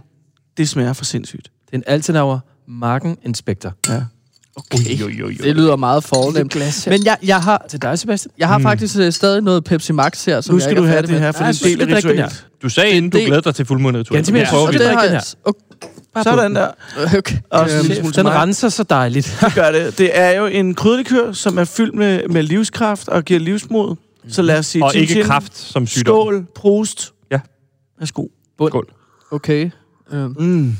Speaker 2: det smager for sindssygt.
Speaker 4: Den Altenauer Marken Inspector.
Speaker 2: Ja.
Speaker 1: Okay. Jo, jo, jo.
Speaker 3: Det lyder meget fornemt.
Speaker 4: glas
Speaker 3: Men jeg, jeg har,
Speaker 4: Til dig, Sebastian. Mm.
Speaker 3: jeg har faktisk øh, stadig noget Pepsi Max her, som
Speaker 2: Nu
Speaker 3: jeg
Speaker 2: skal
Speaker 3: ikke
Speaker 2: du
Speaker 3: er
Speaker 2: have
Speaker 3: færdig
Speaker 2: det
Speaker 3: med.
Speaker 2: her, for
Speaker 4: Ja,
Speaker 2: det
Speaker 4: jeg
Speaker 2: er en
Speaker 4: synes,
Speaker 2: del af
Speaker 4: det er rigtigt,
Speaker 2: ritualet.
Speaker 1: Du sagde inden, du
Speaker 3: det-
Speaker 1: glæder dig til fuldmåneritualet.
Speaker 4: Gantemir,
Speaker 1: Det prøver
Speaker 4: jeg
Speaker 1: vi.
Speaker 3: Og
Speaker 4: synes,
Speaker 3: det
Speaker 4: drikke
Speaker 3: har
Speaker 4: den
Speaker 3: jeg... Okay.
Speaker 4: Bare på
Speaker 2: Sådan
Speaker 4: den.
Speaker 2: der.
Speaker 3: okay.
Speaker 2: Og så en lille
Speaker 4: Chef,
Speaker 2: smule til
Speaker 4: den
Speaker 2: mig.
Speaker 4: renser så dejligt.
Speaker 2: gør det. Det er jo en krydderlikør, som er fyldt med, med livskraft og giver livsmod. Så lad os sige
Speaker 1: Og
Speaker 2: chin
Speaker 1: ikke
Speaker 2: chin,
Speaker 1: kraft som sygdom.
Speaker 2: skål, prost.
Speaker 1: Ja.
Speaker 2: Værsgo.
Speaker 1: Skål.
Speaker 3: Okay. Øhm,
Speaker 2: Mm.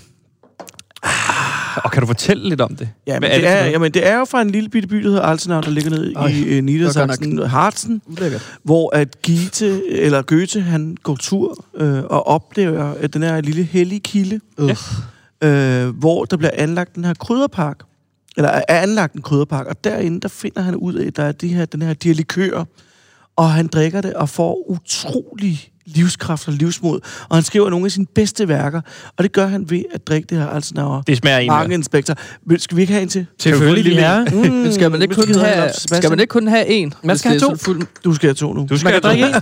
Speaker 1: Og kan du fortælle lidt om det?
Speaker 2: Ja, men
Speaker 1: Hvad
Speaker 2: det,
Speaker 1: for
Speaker 2: er,
Speaker 1: noget?
Speaker 2: jamen, det er jo fra en lille bitte by, der hedder Altenau, der ligger nede
Speaker 3: Oj,
Speaker 2: i øh, Niedersachsen, Harzen, hvor at Goethe, eller Goethe, han går tur øh, og oplever at den her lille hellige kilde,
Speaker 3: Ja.
Speaker 2: øh, hvor der bliver anlagt den her krydderpark, eller er anlagt en krydderpark, og derinde, der finder han ud af, at der er de her, den her, de her likører, og han drikker det og får utrolig livskraft og livsmod, og han skriver nogle af sine bedste værker, og det gør han ved at drikke det her Altenauer.
Speaker 1: Det smager en.
Speaker 2: Mange inspektor. Men Skal vi ikke have en til?
Speaker 4: Selvfølgelig,
Speaker 1: Selvfølgelig.
Speaker 4: herre.
Speaker 2: Mm,
Speaker 3: Men skal man ikke
Speaker 2: hvis du
Speaker 3: kun
Speaker 2: gider
Speaker 3: have,
Speaker 2: have, Sebastian.
Speaker 3: skal man ikke kun have en? hvis
Speaker 4: skal
Speaker 3: det
Speaker 4: have
Speaker 3: er
Speaker 4: to.
Speaker 3: sådan Fuld,
Speaker 2: Du skal have to nu.
Speaker 1: Du
Speaker 4: Man
Speaker 1: skal
Speaker 4: kan drikke en,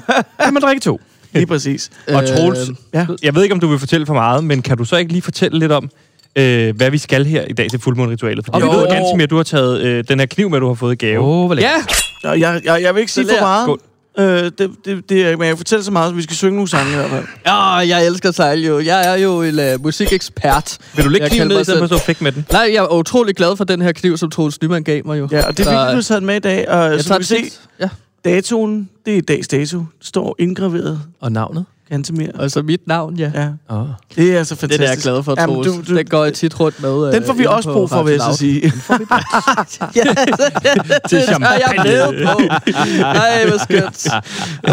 Speaker 4: kan man drikke to.
Speaker 2: Lige præcis.
Speaker 1: Og Troels,
Speaker 3: Øh-
Speaker 2: Ja.
Speaker 1: jeg ved ikke, om du vil fortælle for meget, men kan du så ikke lige fortælle lidt om, øh, hvad vi skal her i dag til fuldmåneritualet? For
Speaker 3: Og
Speaker 1: jeg
Speaker 3: vi
Speaker 1: ved,
Speaker 3: ved-
Speaker 1: Gantemir, du har taget øh, den her kniv med, du har fået i gave.
Speaker 4: Åh,
Speaker 3: Ja,
Speaker 4: hvor lækkert.
Speaker 2: Nå, jeg, jeg, jeg vil ikke sige
Speaker 3: Så
Speaker 2: for
Speaker 3: lær.
Speaker 2: meget.
Speaker 1: Skål.
Speaker 2: Øh, det, det, det, er ikke- men jeg kan fortælle så meget, så vi skal synge nogle sange i hvert fald.
Speaker 3: Åh, oh, jeg elsker at sejle jo. Jeg er jo en uh, musikekspert.
Speaker 1: Vil du lægge
Speaker 3: Jeg
Speaker 1: kniven
Speaker 3: kalder
Speaker 1: ned, i
Speaker 3: mig
Speaker 1: stedet for at
Speaker 3: selv-
Speaker 1: stå og fække med den?
Speaker 3: Nej, jeg er utrolig glad for den her kniv, som Troels Nyman gav mig jo.
Speaker 2: Ja, og det er altså,
Speaker 3: Så,
Speaker 2: vigtigt,
Speaker 3: øh,
Speaker 2: du sad med i dag. Og
Speaker 3: Jeg
Speaker 2: som
Speaker 3: tager
Speaker 2: du kan se,
Speaker 3: det. Ja.
Speaker 2: datoen, det er dags dato. Det står indgraveret
Speaker 4: Og navnet?
Speaker 2: ganske mere.
Speaker 3: Og så altså, mit navn, ja.
Speaker 2: Ja,
Speaker 4: Oh.
Speaker 2: det er altså fantastisk.
Speaker 3: Det er jeg glad for,
Speaker 2: Jamen,
Speaker 3: Troels.
Speaker 2: du- du-
Speaker 3: den går jeg tit rundt med. øh,
Speaker 2: Den får vi
Speaker 3: inde
Speaker 2: også
Speaker 3: på
Speaker 2: brug for, vil jeg
Speaker 3: Radio
Speaker 2: så sige.
Speaker 3: ja, det, det er jeg
Speaker 1: champagne.
Speaker 3: med på. Ej, hvor skønt.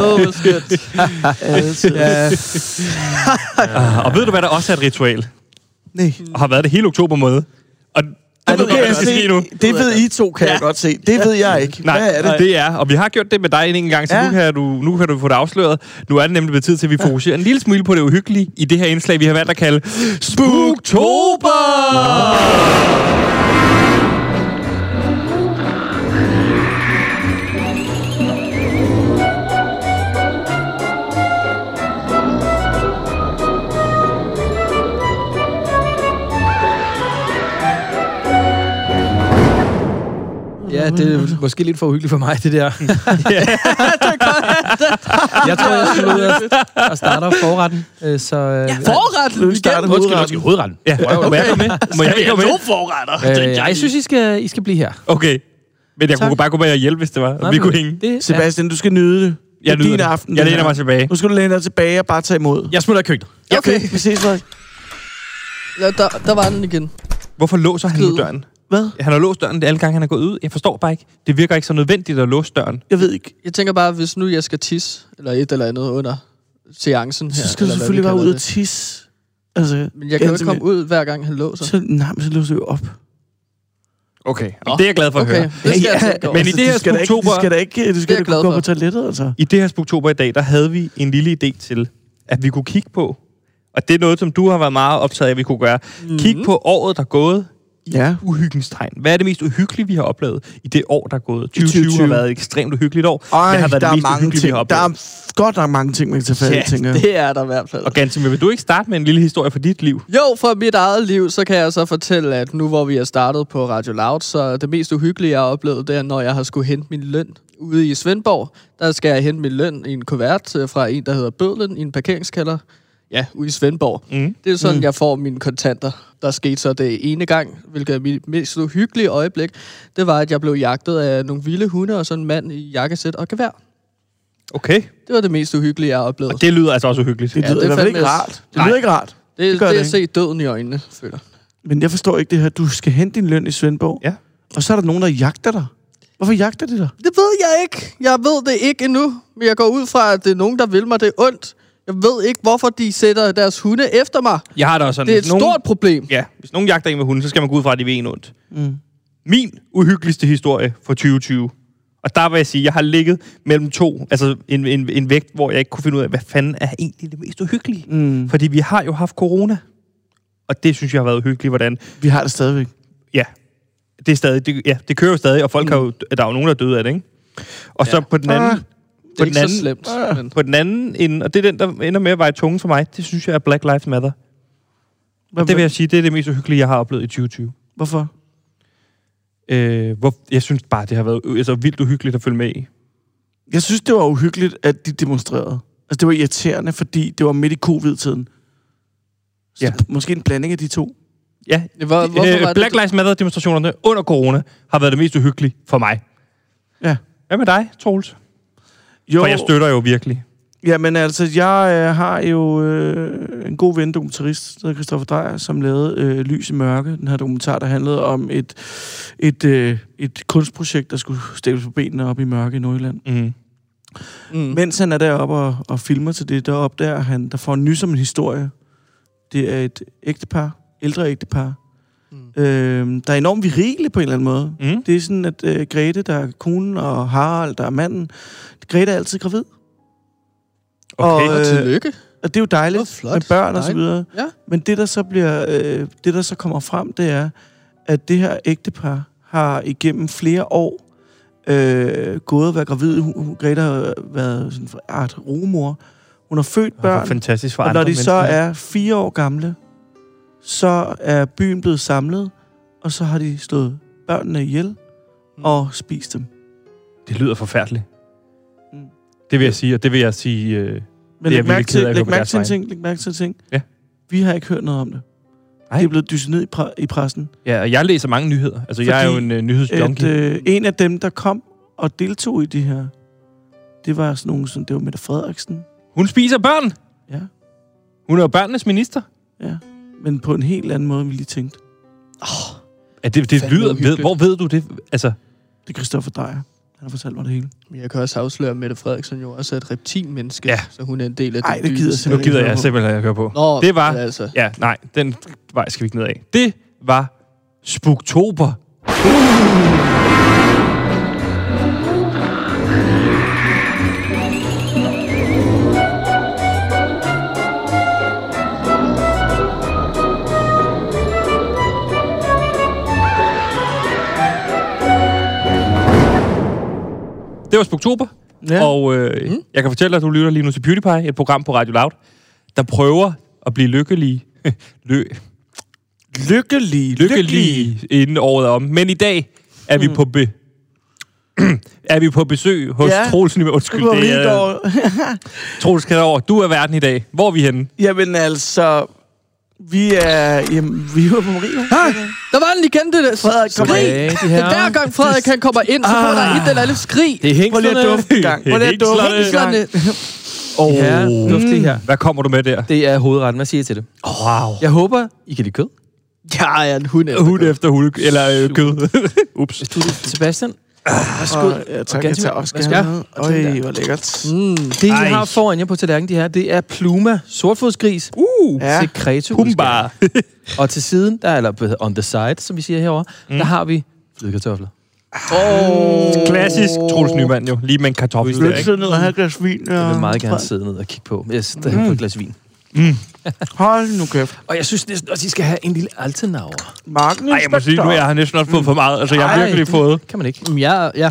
Speaker 3: Åh, oh, hvor skønt. Ja.
Speaker 1: Ah, og ved du, hvad der også er et ritual?
Speaker 2: Nej.
Speaker 1: Og har været det hele oktober måned? Og det
Speaker 2: Ej,
Speaker 1: ved
Speaker 2: nu
Speaker 1: du,
Speaker 2: kan
Speaker 1: hvad der
Speaker 2: jeg
Speaker 1: skal ske nu.
Speaker 2: se, det ved I to, kan jeg godt se. Det ved jeg ikke.
Speaker 1: Nej,
Speaker 2: Hvad er det?
Speaker 1: det er, og vi har gjort det med dig en enkelt gang, så
Speaker 2: Ja.
Speaker 1: nu, kan du, nu kan du få det afsløret. Nu er det nemlig blevet tid til, at vi fokuserer en lille smule på det uhyggelige i det her indslag, vi har valgt at kalde Spooktober!
Speaker 4: Ja, det er måske lidt for uhyggeligt for mig, det der. jeg tror, jeg skal ud og- og starte op forretten. øh, Så, ja,
Speaker 3: Forretten
Speaker 2: Nu starter
Speaker 3: igen.
Speaker 4: Undskyld,
Speaker 2: hovedretten.
Speaker 4: undskyld, hovedretten.
Speaker 1: Ja, må jeg komme med? Må jeg ikke komme med?
Speaker 2: Altså,
Speaker 4: Øh, jeg synes, I skal, I skal blive her.
Speaker 1: Okay. Men jeg
Speaker 4: Tak.
Speaker 1: kunne bare gå med og hjælpe, hvis det var.
Speaker 4: Nej,
Speaker 1: vi
Speaker 4: men
Speaker 1: kunne hænge.
Speaker 4: Det, Sebastian.
Speaker 2: Sebastian, du skal nyde det.
Speaker 1: Jeg
Speaker 2: det er
Speaker 1: nyder
Speaker 2: din
Speaker 1: det.
Speaker 2: aften.
Speaker 1: Jeg
Speaker 2: det
Speaker 1: læner
Speaker 2: her.
Speaker 1: mig tilbage.
Speaker 2: Nu skal du læne dig tilbage og bare tage imod.
Speaker 4: Jeg smutter i køkkenet.
Speaker 2: Okay, vi ses, Frederik.
Speaker 3: Nå, der, der var den igen.
Speaker 1: Hvorfor låser han nu
Speaker 3: Skide.
Speaker 1: døren?
Speaker 2: Hvad?
Speaker 1: Han har låst døren det er alle gange, han er gået ud. Jeg forstår bare ikke. Det virker ikke så nødvendigt at låse døren.
Speaker 2: Jeg ved ikke.
Speaker 3: Jeg tænker bare, hvis nu jeg skal tisse, eller et eller andet under seancen her.
Speaker 2: Så skal du
Speaker 3: eller hvad
Speaker 2: selvfølgelig
Speaker 3: vi
Speaker 2: bare
Speaker 3: kalder
Speaker 2: ud og
Speaker 3: det.
Speaker 2: tisse. Altså,
Speaker 3: Men jeg kan jo ikke
Speaker 2: ganske
Speaker 3: komme ud, hver gang han låser.
Speaker 2: Så, nej, men så løser du jo op.
Speaker 1: Okay. Det er jeg glad for at
Speaker 3: Okay,
Speaker 1: høre.
Speaker 3: det skal jeg tænke over.
Speaker 1: Men i det her
Speaker 2: altså, du skal da ikke,
Speaker 1: spooktober-
Speaker 2: du skal da ikke, du skal
Speaker 3: jeg
Speaker 2: da
Speaker 3: glad
Speaker 2: kunne gå på
Speaker 3: for.
Speaker 2: toilettet, altså.
Speaker 1: I det her Spooktober i dag, der havde vi en lille idé til, at vi kunne kigge på, og det er noget, som du har været meget optaget af, at vi kunne gøre. Mm.
Speaker 3: Mhm.
Speaker 1: Kig på året, der er gået i
Speaker 2: Ja.
Speaker 1: ja. uhyggens tegn. Hvad er det mest uhyggelige, vi har oplevet i det år, der er gået? 2020, 2020.
Speaker 2: 2020.
Speaker 1: har været et ekstremt uhyggeligt år,
Speaker 2: Ej,
Speaker 1: men har været
Speaker 2: der
Speaker 1: det
Speaker 2: er
Speaker 1: mest
Speaker 2: mange
Speaker 1: uhyggelige, vi
Speaker 2: ting.
Speaker 1: har
Speaker 2: Der
Speaker 1: oplevet.
Speaker 2: er godt nok mange ting, man kan tage fat i,
Speaker 1: Ja,
Speaker 2: tænker jeg.
Speaker 3: Det er der i hvert fald.
Speaker 1: Og Gansimir, vil du ikke starte med en lille historie fra dit liv?
Speaker 3: Jo, fra mit eget liv, så kan jeg så fortælle, at nu hvor vi er startet på Radio Loud, så det mest uhyggelige, jeg har oplevet, det er, når jeg har skulle hente min løn ude i Svendborg. Der skal jeg hente min løn i en kuvert øh, fra en, der hedder Bødlen, i en parkeringskælder. Ja, ude i Svendborg. Mm. Det er sådan, mm. jeg får mine kontanter. Der skete så det ene gang, hvilket er mit mest uhyggelige øjeblik. Det var, at jeg blev jagtet af nogle vilde hunde og sådan en mand i jakkesæt og gevær.
Speaker 1: Okay.
Speaker 3: Det var det mest uhyggelige, jeg har oplevet.
Speaker 1: Og det lyder altså også uhyggeligt.
Speaker 2: Det
Speaker 1: Ja.
Speaker 3: Ja,
Speaker 2: lyder
Speaker 3: det
Speaker 2: i
Speaker 3: er
Speaker 2: hvert fald ikke
Speaker 3: fandme-
Speaker 2: rart. Det lyder ikke rart.
Speaker 3: det, det,
Speaker 2: gør
Speaker 3: det,
Speaker 2: det
Speaker 3: er at
Speaker 2: ikke.
Speaker 3: se døden i øjnene, føler jeg.
Speaker 2: Men jeg forstår ikke det her. Du skal hente din løn i Svendborg,
Speaker 1: Ja.
Speaker 2: og så er der nogen, der jagter dig. Hvorfor jagter de dig?
Speaker 3: Det ved jeg ikke. Jeg ved det ikke endnu. Men jeg går ud fra, at det er nogen, der vil mig det ondt. Jeg ved ikke, hvorfor de sætter deres hunde efter mig.
Speaker 1: Jeg har da også sådan...
Speaker 3: Det er et
Speaker 1: hvis nogen-
Speaker 3: stort problem.
Speaker 1: Ja, hvis nogen jagter en med hunden, så skal man gå ud fra, at de ved en ondt. Mm. Min uhyggeligste historie for 2020, og der vil jeg sige, at jeg har ligget mellem to, altså en, en, en vægt, hvor jeg ikke kunne finde ud af, hvad fanden er egentlig det mest uhyggelige? Mm. Fordi vi har jo haft corona, og det synes jeg har været uhyggeligt, hvordan...
Speaker 2: Vi har det stadigvæk.
Speaker 1: Ja, det, er stadig, det, ja, det kører jo stadig, og folk mm. har jo, der er jo nogen, der er døde af det, ikke? Og ja. så på den anden...
Speaker 2: Ah,
Speaker 3: Det er ikke
Speaker 1: anden, Ah.
Speaker 3: så slemt. Men
Speaker 1: På den anden ende, og det er den, der ender med at veje tungen for mig, det synes jeg er Black Lives Matter.
Speaker 2: Hvad,
Speaker 1: Det vil jeg sige, det er det mest uhyggelige, jeg har oplevet i 2020.
Speaker 2: Hvorfor?
Speaker 1: Øh, hvor, jeg synes bare, det har været øh, altså, vildt uhyggeligt at følge med i.
Speaker 2: Jeg synes, det var uhyggeligt, at de demonstrerede. Altså, det var irriterende, fordi det var midt i covid-tiden. Så
Speaker 1: Ja.
Speaker 2: ja. måske en blanding af de to.
Speaker 1: Ja,
Speaker 3: Hvor, hvorfor
Speaker 1: øh,
Speaker 3: var det-
Speaker 1: Black Lives Matter-demonstrationerne under corona har været det mest uhyggelige for mig.
Speaker 2: Ja.
Speaker 1: Hvad med dig, Troels?
Speaker 2: Jo,
Speaker 1: For jeg støtter jo virkelig.
Speaker 2: jamen altså, jeg øh, har jo øh, en god ven, dokumentarist, der hedder Christoffer Dreyer, som lavede øh, Lys i mørke, den her dokumentar, der handlede om et, et, øh, et kunstprojekt, der skulle stæbles på benene op i mørke i Nordjylland.
Speaker 1: Mm.
Speaker 3: Mm.
Speaker 2: Mens han er deroppe og, og filmer til det, der opdager han, der får en nys om en historie. Det er et ægtepar, ældre ægtepar, mm. øh, der er enormt virile på en eller anden måde.
Speaker 1: Mm.
Speaker 2: Det er sådan, at øh, Grete, der er konen, og Harald, der er manden, Grete er altid gravid.
Speaker 1: Okay.
Speaker 3: Og øh, tillykke.
Speaker 2: Og det er jo dejligt
Speaker 3: Åh, flot.
Speaker 2: med børn og så
Speaker 3: Dejligt.
Speaker 2: videre.
Speaker 3: Ja.
Speaker 2: Men det der, så bliver, øh, det, der så kommer frem, det er, at det her ægtepar har igennem flere år øh, gået og været gravid. Hun, hun- Grete har været sådan en art rumor. Hun har født
Speaker 1: Børn.
Speaker 2: børn,
Speaker 1: Fantastisk for
Speaker 2: og
Speaker 1: andre
Speaker 2: når de så
Speaker 1: mennesker.
Speaker 2: er fire år gamle, så er byen blevet samlet, og så har de slået børnene ihjel og spist dem.
Speaker 1: Det lyder forfærdeligt.
Speaker 2: Mm.
Speaker 1: Det vil jeg sige, og det vil jeg sige... Øh,
Speaker 2: Men
Speaker 1: Det er
Speaker 2: læg
Speaker 1: jeg
Speaker 2: mærke,
Speaker 1: virkelig ked
Speaker 2: til,
Speaker 1: af at
Speaker 2: læg
Speaker 1: gå på
Speaker 2: mærke
Speaker 1: deres
Speaker 2: til en
Speaker 1: vegne.
Speaker 2: ting. Læg mærke til en ting.
Speaker 1: Ja.
Speaker 2: Vi har ikke hørt noget om det.
Speaker 1: Nej.
Speaker 2: Det er blevet dysset ned i, pre- i pressen.
Speaker 1: ja, og jeg læser mange nyheder. Altså, Fordi jeg er jo
Speaker 2: Fordi
Speaker 1: en øh,
Speaker 2: At,
Speaker 1: nyhedsjunkie.
Speaker 2: øh, en af dem, der kom og deltog i det her, det var sådan nogen, som det var Mette Frederiksen.
Speaker 1: Hun spiser børn!
Speaker 2: Ja.
Speaker 1: Hun er jo børnenes minister.
Speaker 2: Men på en helt anden måde, end vi lige tænkte.
Speaker 1: Ja, det, det
Speaker 3: Fandme
Speaker 1: lyder... Ved,
Speaker 3: uhyggeligt.
Speaker 1: hvor ved du det? Altså,
Speaker 2: Det er Christoffer Dreyer. Han har fortalt mig det hele.
Speaker 3: Men Jeg kan også afsløre, at Mette Frederiksen jo også er et reptilmenneske,
Speaker 1: Ja.
Speaker 3: så hun er en del af
Speaker 2: Ej, det
Speaker 3: den dybe
Speaker 2: gider jeg
Speaker 3: side.
Speaker 1: nu
Speaker 2: ikke
Speaker 1: gider
Speaker 2: høre
Speaker 1: jeg
Speaker 2: på.
Speaker 1: simpelthen ikke høre på.
Speaker 3: Nå,
Speaker 1: Det var-
Speaker 3: men Altså,
Speaker 1: Ja, nej, den vej skal vi ikke ned af. Det var Spuktober. Det var Spuktober, ja. og øh, mm. jeg kan fortælle dig, at du lytter lige nu til Beauty Pie, et program på Radio Loud, der prøver at blive lykkelige. *laughs* Lø
Speaker 2: Lykkelige. Hmm.
Speaker 1: lykkelige, inden året er om. Men i dag er vi på be *clears throat* er vi på besøg hos ja.
Speaker 2: Ja.
Speaker 1: Troels Nyman. Undskyld, det er øh, Troels Kaderover. Du er verden i dag. Hvor er vi henne?
Speaker 2: Jamen altså, vi er... Jamen, vi er jo på Marie.
Speaker 3: Ah, der var den igen, det der
Speaker 2: Frederik, kom
Speaker 3: skrig.
Speaker 4: af, de her.
Speaker 3: Det er hver gang Frederik han kommer ind, så får der
Speaker 1: Ah.
Speaker 3: et eller andet skrig.
Speaker 4: Det er
Speaker 2: Prøv lige
Speaker 4: hængslerne.
Speaker 2: at dufte en gang. Prøv lige at dufte en gang.
Speaker 3: Hængslerne.
Speaker 1: Oh.
Speaker 4: Ja, duft det her.
Speaker 1: Hvad kommer du med der?
Speaker 4: Det er hovedretten. Hvad siger I til det?
Speaker 1: Wow.
Speaker 4: Jeg håber, I kan lide kød.
Speaker 3: Jeg er en hund. efter
Speaker 1: Hund
Speaker 3: kød.
Speaker 1: efter hund, eller øh, kød. Ups.
Speaker 4: Du, Sebastian,
Speaker 2: Værsgo. Ja, tak. Jeg
Speaker 4: Ganske-
Speaker 2: tager også
Speaker 4: Hvad
Speaker 2: gerne
Speaker 4: skal jeg?
Speaker 2: noget. Øj, hvor lækkert.
Speaker 3: Mm.
Speaker 4: det
Speaker 1: Ej.
Speaker 4: I har foran jer på tallerkenen, de her, det er pluma, sortfodsgris,
Speaker 1: Uh,
Speaker 2: Ja.
Speaker 4: til kreto.
Speaker 1: Pumba.
Speaker 4: Og til siden, der, eller on the side, som vi siger herovre, mm. der har vi flødekartofler.
Speaker 1: Klassisk Troels Nyman jo. Lige med en kartoffel der,
Speaker 2: Lykke
Speaker 1: ikke?
Speaker 2: til ned og have et glas vin. Ja.
Speaker 4: Jeg vil meget gerne sidde ned og kigge på. Jeg sidder mm. på et glas vin.
Speaker 2: Hold nu kæft.
Speaker 4: Og jeg synes næsten også, I skal have en lille altenauer.
Speaker 2: Marken
Speaker 1: Ej, jeg må sige, nu jeg har næsten også fået for meget. Altså, jeg har
Speaker 4: Ej,
Speaker 1: virkelig
Speaker 4: det-
Speaker 1: fået...
Speaker 4: Kan man ikke.
Speaker 3: Mm, Ja, ja.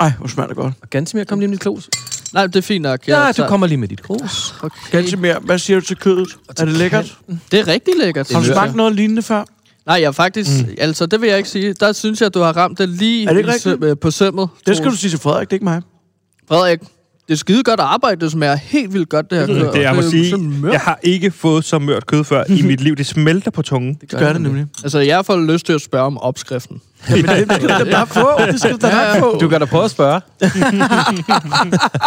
Speaker 2: Ej, hvor smager det godt.
Speaker 4: Og ganske mere, kom lige med dit klus.
Speaker 3: Nej, det er fint nok. Jeg
Speaker 4: Ja, du
Speaker 3: tager-
Speaker 4: kommer lige med dit klus.
Speaker 3: Okay.
Speaker 2: Gansimir, hvad siger du til kødet? Er det lækkert?
Speaker 3: Det er rigtig lækkert.
Speaker 2: Har du smagt noget lignende før?
Speaker 3: Nej, jeg er faktisk... Mm. Altså, det vil jeg ikke sige. Der synes jeg, at du har ramt det lige
Speaker 2: Er det ikke
Speaker 3: i
Speaker 2: rigtigt?
Speaker 3: søm- øh, på sømmet.
Speaker 2: Det skal du
Speaker 3: Troels.
Speaker 2: sige til Frederik, det er ikke mig.
Speaker 3: Frederik, det er skide godt arbejde, det smager helt vildt godt, det her kød.
Speaker 1: Det, jeg må sige, jeg har ikke fået så mørt kød før i mit liv. Det smelter på tungen.
Speaker 2: Det gør det nemlig.
Speaker 3: Altså, jeg har fået lyst til at spørge om opskriften.
Speaker 2: Men det skal du da bare få. Det skal du da bare få.
Speaker 4: Du kan da prøve at spørge. *laughs*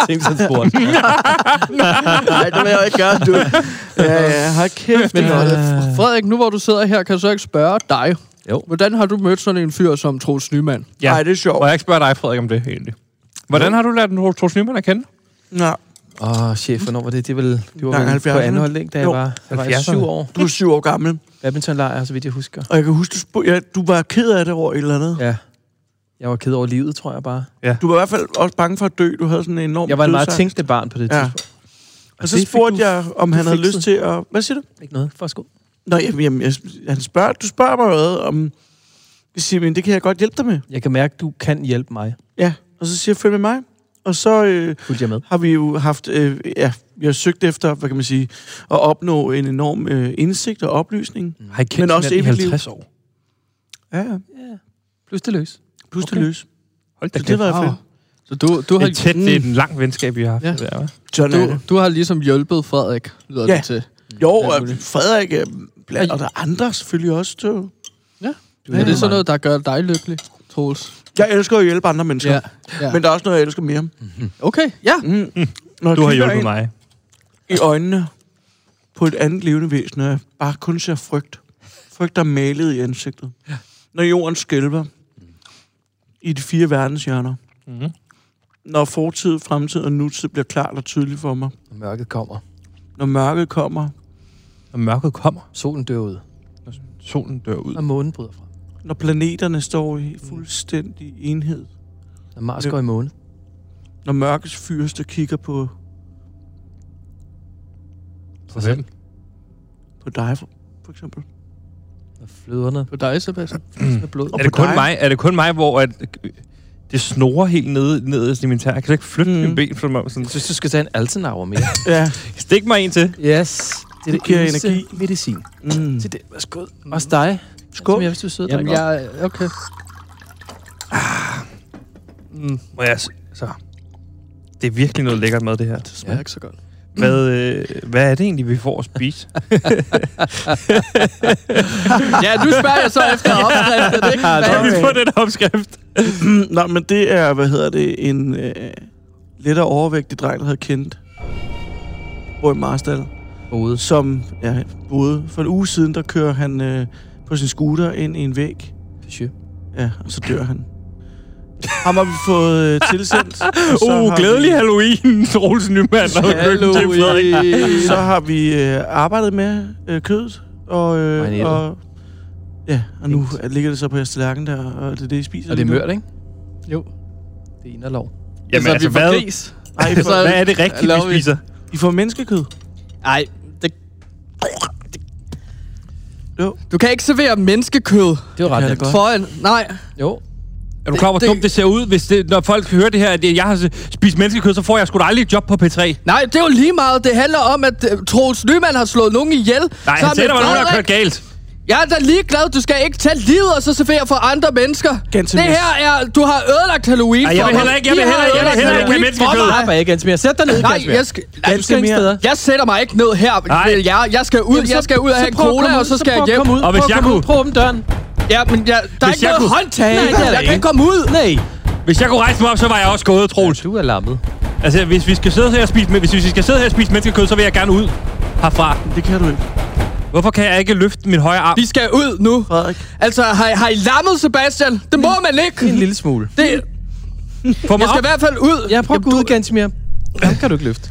Speaker 4: Tænk sådan spurgt.
Speaker 3: Nej, det vil jeg ikke gøre, du.
Speaker 2: Ja, ja, hold kæft.
Speaker 3: Men
Speaker 2: det er
Speaker 3: øh,
Speaker 2: godt.
Speaker 3: Frederik, nu hvor du sidder her, kan jeg så ikke spørge dig.
Speaker 4: Jo.
Speaker 3: Hvordan har du mødt sådan en fyr som Troels Nyman?
Speaker 1: Ja.
Speaker 2: Ej, det er sjovt.
Speaker 1: Må jeg ikke spørge dig, Frederik, om det egentlig? Hvordan har du lært den Troels Nyman at kende?
Speaker 2: Nå,
Speaker 4: Åh, oh, chef, hvornår var det? Det, var, det
Speaker 2: Gang
Speaker 4: var vel på
Speaker 2: 70'erne.
Speaker 4: anden hold, ikke? Da jeg
Speaker 2: Jo.
Speaker 4: var, jeg var
Speaker 1: 70'erne.
Speaker 4: syv år.
Speaker 2: du er syv år gammel,
Speaker 4: Badmintonlejr, så vidt jeg husker.
Speaker 2: og jeg kan huske, du, spurgte, ja, du var ked af det over et eller andet.
Speaker 4: Ja. Jeg var ked over livet, tror jeg bare.
Speaker 2: Du var i hvert fald også bange for at dø. Du havde sådan en enorm
Speaker 4: Jeg var en meget
Speaker 2: dødsangst.
Speaker 4: tænkende barn på det
Speaker 2: Ja.
Speaker 4: tidspunkt.
Speaker 2: Og så
Speaker 4: det fik
Speaker 2: spurgte
Speaker 4: du-
Speaker 2: jeg, om han havde
Speaker 4: fikset.
Speaker 2: lyst til at... Hvad siger du?
Speaker 4: Ikke noget. For sko.
Speaker 2: Nå, jamen, jamen jeg, han spørger, du spørger mig noget om... Jeg siger, men det kan jeg godt hjælpe dig med.
Speaker 4: Jeg kan mærke, du kan hjælpe mig.
Speaker 2: Ja, og så siger jeg, følg med mig. Og så øh,
Speaker 4: Fulgte jeg med.
Speaker 2: har vi jo haft, øh, ja, vi har søgt efter, hvad kan man sige, at opnå en enorm øh, indsigt og oplysning.
Speaker 4: Mm.
Speaker 1: Har I kendt
Speaker 2: Mm. Men også
Speaker 1: hinanden i
Speaker 2: evigt liv.
Speaker 1: 50 år?
Speaker 2: Ja, ja.
Speaker 4: Ja. Plus det løs.
Speaker 2: Plus okay.
Speaker 1: Okay.
Speaker 2: det løs.
Speaker 1: Hold da
Speaker 2: Så det
Speaker 1: kæft.
Speaker 2: var
Speaker 3: Wow.
Speaker 2: jeg fedt.
Speaker 3: Så du, du, har,
Speaker 1: Det er tæt, det er en lang venskab, vi har haft.
Speaker 3: Ja.
Speaker 1: Ja. Der, hva'?
Speaker 2: Sådan er
Speaker 3: du,
Speaker 2: det.
Speaker 3: du har ligesom hjulpet Frederik, lyder
Speaker 2: Ja.
Speaker 3: det til.
Speaker 2: Jo,
Speaker 3: alt
Speaker 2: og
Speaker 3: muligt.
Speaker 2: Frederik øh, blandt, og der er andre selvfølgelig også. Du.
Speaker 4: Du
Speaker 3: Er det sådan noget, der gør dig lykkelig, Troels?
Speaker 2: Jeg elsker at hjælpe andre mennesker, ja.
Speaker 3: ja.
Speaker 2: men der er også noget, jeg elsker mere.
Speaker 3: Okay, ja.
Speaker 2: Mm. Når jeg
Speaker 1: Du har
Speaker 2: kigger
Speaker 1: hjulpet
Speaker 2: ind
Speaker 1: mig.
Speaker 2: i øjnene på et andet levende væsen, og jeg bare kun ser frygt. Frygt, der er malet i ansigtet. Ja. Når jorden skælver i de fire verdenshjørner.
Speaker 1: Mhm.
Speaker 2: Mm-hmm. Når fortid, fremtid og nutid bliver klart og tydeligt for mig.
Speaker 4: Når mørket kommer.
Speaker 2: Når mørket kommer,
Speaker 1: Når mørket kommer,
Speaker 4: Solen dør ud.
Speaker 1: når solen dør ud.
Speaker 4: Og månen bryder fra.
Speaker 2: når planeterne står i fuldstændig enhed.
Speaker 4: Når Mars
Speaker 2: Ja.
Speaker 4: går i måne.
Speaker 2: Når mørkets fyrste kigger på,
Speaker 1: For hvem?
Speaker 2: på dig, for, for eksempel.
Speaker 4: Når fløderne
Speaker 3: På dig,
Speaker 4: *clears throat*
Speaker 3: Sebastian.
Speaker 4: med blod.
Speaker 2: Og
Speaker 1: Er det,
Speaker 2: på
Speaker 1: kun
Speaker 2: dig.
Speaker 1: mig, er det kun mig, hvor at, øh, det snorer helt nede, nede i min tær? Jeg kan slet ikke flytte
Speaker 2: Mhm.
Speaker 1: mm. min ben fra mig. Sådan,
Speaker 4: Jeg synes, du skal tage en altenauer mere.
Speaker 2: Ja.
Speaker 1: stik mig en til.
Speaker 4: yes. Det er
Speaker 2: Det
Speaker 4: det
Speaker 2: giver
Speaker 4: eneste
Speaker 2: energi.
Speaker 4: medicin.
Speaker 2: Mm.
Speaker 4: Til det. Værsgo. Også dig.
Speaker 2: Skål.
Speaker 4: Som jeg, hvis du sidder
Speaker 3: Jamen,
Speaker 4: drikker op.
Speaker 3: jeg... Okay.
Speaker 1: Må jeg s- så. det er virkelig noget lækkert mad, det her.
Speaker 3: Det smager ja. ikke så godt.
Speaker 1: Hvad, øh, hvad er det egentlig, vi får at *laughs* spise?
Speaker 3: Ja, nu spørger jeg så efter opskriften, ikke?
Speaker 4: *laughs* Ja,
Speaker 3: Hvad?
Speaker 1: Kan Altså, vi få den opskrift?
Speaker 2: *clears throat* Nå, men det er, hvad hedder det, en øh, lidt overvægtig dreng, der hedder Kent. Bor i Marstal.
Speaker 4: Hoved.
Speaker 2: Som ja, boede for en uge siden, der kører han øh, på sin scooter ind i en væg. Ja, og så dør han. Ham har vi fået øh,
Speaker 4: *laughs*
Speaker 2: tilsendt. og så har
Speaker 1: Uh,
Speaker 2: vi-
Speaker 1: glædelig Halloween, *laughs* Troels Nyman og Køkken til Frederik.
Speaker 2: Så har vi øh, arbejdet med øh, kødet, og, øh,
Speaker 4: Marineret.
Speaker 2: og, ja, og nu ligger det så på jeres tallerken der, og det er det, I spiser.
Speaker 4: Og det er
Speaker 2: lige nu.
Speaker 4: mørt, ikke?
Speaker 3: Jo.
Speaker 4: Det er en af lov.
Speaker 1: Jamen, altså,
Speaker 3: vi får
Speaker 1: hvad,
Speaker 3: gris.
Speaker 2: Ej, I får,
Speaker 3: Så-
Speaker 1: Altså, hvad er det rigtigt,
Speaker 3: Laver
Speaker 1: vi
Speaker 3: vi-
Speaker 1: spiser?
Speaker 2: I får menneskekød.
Speaker 3: Ej, det...
Speaker 2: Jo.
Speaker 3: Du kan ikke servere menneskekød
Speaker 4: Det er jo
Speaker 2: kan
Speaker 4: ret
Speaker 2: jeg
Speaker 4: nemt.
Speaker 2: da godt.
Speaker 3: foran... Nej,
Speaker 4: Jo.
Speaker 1: Er du klar, hvor
Speaker 3: Det-
Speaker 1: dumt det ser ud, hvis det, når folk hører det her, at jeg har spist menneskekød, så får jeg sgu da aldrig et job på P3.
Speaker 3: nej, det er jo lige meget. Det handler om, at øh, Troels Nyman har slået nogen ihjel.
Speaker 1: Nej, han
Speaker 3: Sammen
Speaker 1: sagde,
Speaker 3: med
Speaker 1: der var nogen, der har
Speaker 3: Frederik.
Speaker 1: kørt galt.
Speaker 3: Jeg er da ligeglad. Du skal ikke tage livet og så servere for andre mennesker.
Speaker 2: Gentil
Speaker 3: det
Speaker 2: næste.
Speaker 3: her er... Du har ødelagt Halloween
Speaker 1: Ej, jeg
Speaker 3: for
Speaker 1: vil
Speaker 3: mig.
Speaker 1: heller ikke- jeg
Speaker 3: I
Speaker 1: vil
Speaker 3: har
Speaker 1: heller ikke- jeg vil
Speaker 3: ødelagt
Speaker 1: heller ikke have
Speaker 3: Halloween for
Speaker 1: menneskekød.
Speaker 3: mig.
Speaker 4: Slap af, Gansmere. Sæt dig ned,
Speaker 3: Nej, jeg skal...
Speaker 4: Nej, du skal ikke
Speaker 2: Gansomir.
Speaker 4: steder.
Speaker 3: Jeg sætter mig ikke ned her
Speaker 1: Nej.
Speaker 3: til jer. Jeg skal ud,
Speaker 4: Jamen, så-
Speaker 3: jeg skal ud og
Speaker 4: så
Speaker 3: have en
Speaker 4: prøv at
Speaker 3: cola,
Speaker 4: komme ud,
Speaker 3: og så skal
Speaker 4: prøv
Speaker 3: jeg
Speaker 4: at
Speaker 3: hjem.
Speaker 4: komme ud,
Speaker 1: Og hvis
Speaker 4: prøv at
Speaker 1: jeg
Speaker 4: komme ud,
Speaker 1: kunne-
Speaker 4: Prøv at åbne døren.
Speaker 3: Ja, men jeg, der er
Speaker 1: Hvis
Speaker 3: ikke
Speaker 1: jeg
Speaker 3: noget
Speaker 1: kunne-
Speaker 3: håndtag.
Speaker 4: Nej, det er der
Speaker 3: jeg kan
Speaker 4: ikke.
Speaker 3: ikke komme ud.
Speaker 4: Nej.
Speaker 1: Hvis jeg kunne rejse mig op, så var jeg også gået, Troels.
Speaker 4: Du er lammet.
Speaker 1: Altså, hvis vi skal sidde her og spise, men hvis vi skal sidde her og spise menneskekød, så vil jeg gerne ud herfra.
Speaker 2: Det kan du ikke,
Speaker 1: Hvorfor kan jeg ikke løfte min højre arm?
Speaker 3: Vi skal ud nu.
Speaker 2: Frederik.
Speaker 3: Altså, har, I- har I lammet Sebastian? Det må man ikke.
Speaker 4: En lille smule.
Speaker 1: Få
Speaker 3: Det,
Speaker 1: mig
Speaker 3: jeg skal i
Speaker 1: op.
Speaker 3: hvert fald ud.
Speaker 4: Jeg prøver at gå ud, Gansomir. Ham kan du ikke løfte.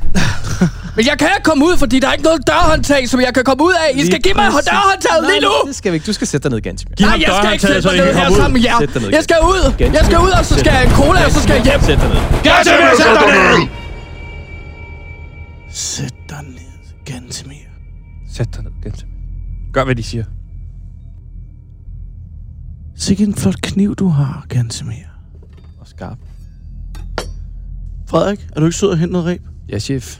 Speaker 3: Men jeg kan ikke komme ud, fordi der er ikke noget dørhåndtag, som jeg kan komme ud af. I skal give mig
Speaker 4: præcis.
Speaker 3: dørhåndtaget lige nu.
Speaker 4: Nej, det skal vi ikke. Du skal sætte dig ned, Gansomir.
Speaker 1: Giv
Speaker 3: Nej,
Speaker 1: ham
Speaker 3: jeg skal ikke
Speaker 1: dørhåndtaget,
Speaker 3: sætte
Speaker 1: så
Speaker 3: mig
Speaker 1: I
Speaker 3: ned
Speaker 1: kan
Speaker 3: her
Speaker 1: komme ud.
Speaker 3: sammen med jer.
Speaker 4: Sæt dig ned,
Speaker 3: Jeg skal ud. Jeg skal ud, og så skal jeg have en cola, og så skal jeg hjem.
Speaker 4: Sæt dig ned.
Speaker 2: Sæt dig ned, Gantemir.
Speaker 1: Sæt dig ned, Gansim. Gør, hvad de siger.
Speaker 2: Sikke en flot kniv, du har, Gantemir.
Speaker 4: Og skarp.
Speaker 2: Frederik, er du ikke sød at hente noget reb?
Speaker 4: Ja, chef.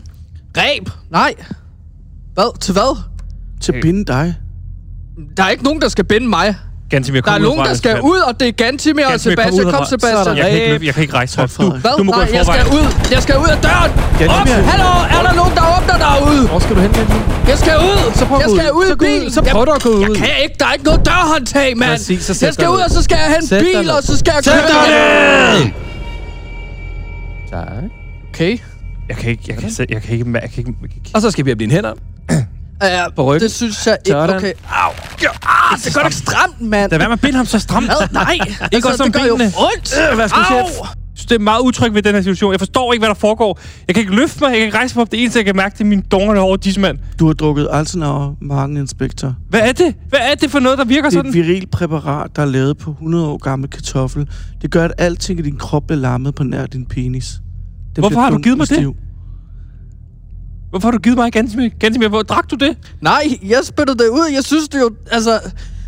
Speaker 3: Ræb? Nej. Hvad? Til hvad?
Speaker 2: Til at binde dig.
Speaker 3: Der er ikke nogen, der skal binde mig.
Speaker 1: Gansim, jeg
Speaker 3: Der
Speaker 1: kommer
Speaker 3: er
Speaker 1: ud
Speaker 3: nogen,
Speaker 1: fra,
Speaker 3: der
Speaker 1: hvis du
Speaker 3: skal
Speaker 1: kan.
Speaker 3: ud, og det er Gantimir og
Speaker 1: Gansim, jeg
Speaker 3: Sebastian.
Speaker 1: ud
Speaker 3: Kom,
Speaker 1: herfra.
Speaker 3: Sebastian.
Speaker 1: Jeg kan ikke løfte, jeg kan ikke rejse mig. op. Du,
Speaker 2: Frederik.
Speaker 3: Hvad?
Speaker 1: du må gå
Speaker 3: Nej,
Speaker 1: i
Speaker 3: jeg skal
Speaker 1: forvejen.
Speaker 3: ud. Jeg skal ud af døren. Op.
Speaker 4: Gantimir.
Speaker 3: Hallo, er der nogen, der åbner derude?
Speaker 4: Hvor skal du hen, Gansomir?
Speaker 3: Jeg skal ud.
Speaker 4: Så prøv at
Speaker 3: jeg
Speaker 4: gå
Speaker 3: skal ud
Speaker 4: ud. Så
Speaker 3: i
Speaker 4: gå ud.
Speaker 3: bilen.
Speaker 4: Så prøv dog at gå
Speaker 3: Jeg
Speaker 4: ud.
Speaker 3: kan ikke. Der er ikke noget dørhåndtag, mand.
Speaker 4: Præcis, så sæt
Speaker 3: jeg skal
Speaker 4: dig
Speaker 3: ud,
Speaker 4: ned.
Speaker 3: og så skal jeg have en
Speaker 4: Sæt dig
Speaker 3: bil,
Speaker 4: ned.
Speaker 3: og så skal jeg
Speaker 4: Sæt dig
Speaker 3: hjem.
Speaker 4: Tak.
Speaker 3: Okay.
Speaker 1: Jeg kan ikke, jeg kan, sæt- jeg kan ikke, jeg kan ikke, jeg kan ikke.
Speaker 4: Og så skal vi have dine hænder.
Speaker 3: Ja,
Speaker 4: På ryggen.
Speaker 3: Det synes jeg ikke.
Speaker 4: Sådan.
Speaker 3: Okay. Au. Ja, ah, det gør det ikke stramt, mand.
Speaker 1: Lad være med at binde ham så stramt.
Speaker 3: Hvad?
Speaker 4: *laughs*
Speaker 3: Nej. altså,
Speaker 1: Ikke også om
Speaker 3: det gør jo
Speaker 1: benene. Øh,
Speaker 3: ondt.
Speaker 4: Hvad skal
Speaker 3: Au.
Speaker 1: Jeg synes, det er meget utrygt ved den her situation. Jeg forstår ikke, hvad der foregår. Jeg kan ikke løfte mig, jeg kan ikke rejse mig op. Det eneste, jeg kan mærke, det er min dungerne over dismand.
Speaker 2: Du har drukket Altenauer Markeninspektor.
Speaker 1: Hvad er det? Hvad er det for noget, der virker
Speaker 2: Det er
Speaker 1: sådan?
Speaker 2: et viril præparat, der er lavet på 100 år gammel kartoffel. Det gør, at alting i din krop bliver lammet på nær din penis. Den
Speaker 1: Hvorfor
Speaker 2: bliver
Speaker 1: har du
Speaker 2: dunk
Speaker 1: givet
Speaker 2: og
Speaker 1: mig det?
Speaker 2: stiv.
Speaker 1: Hvorfor har du givet mig Gansimir? Gansimir, hvor drak du det?
Speaker 3: Nej, jeg spyttede det ud. Jeg synes det jo... Altså,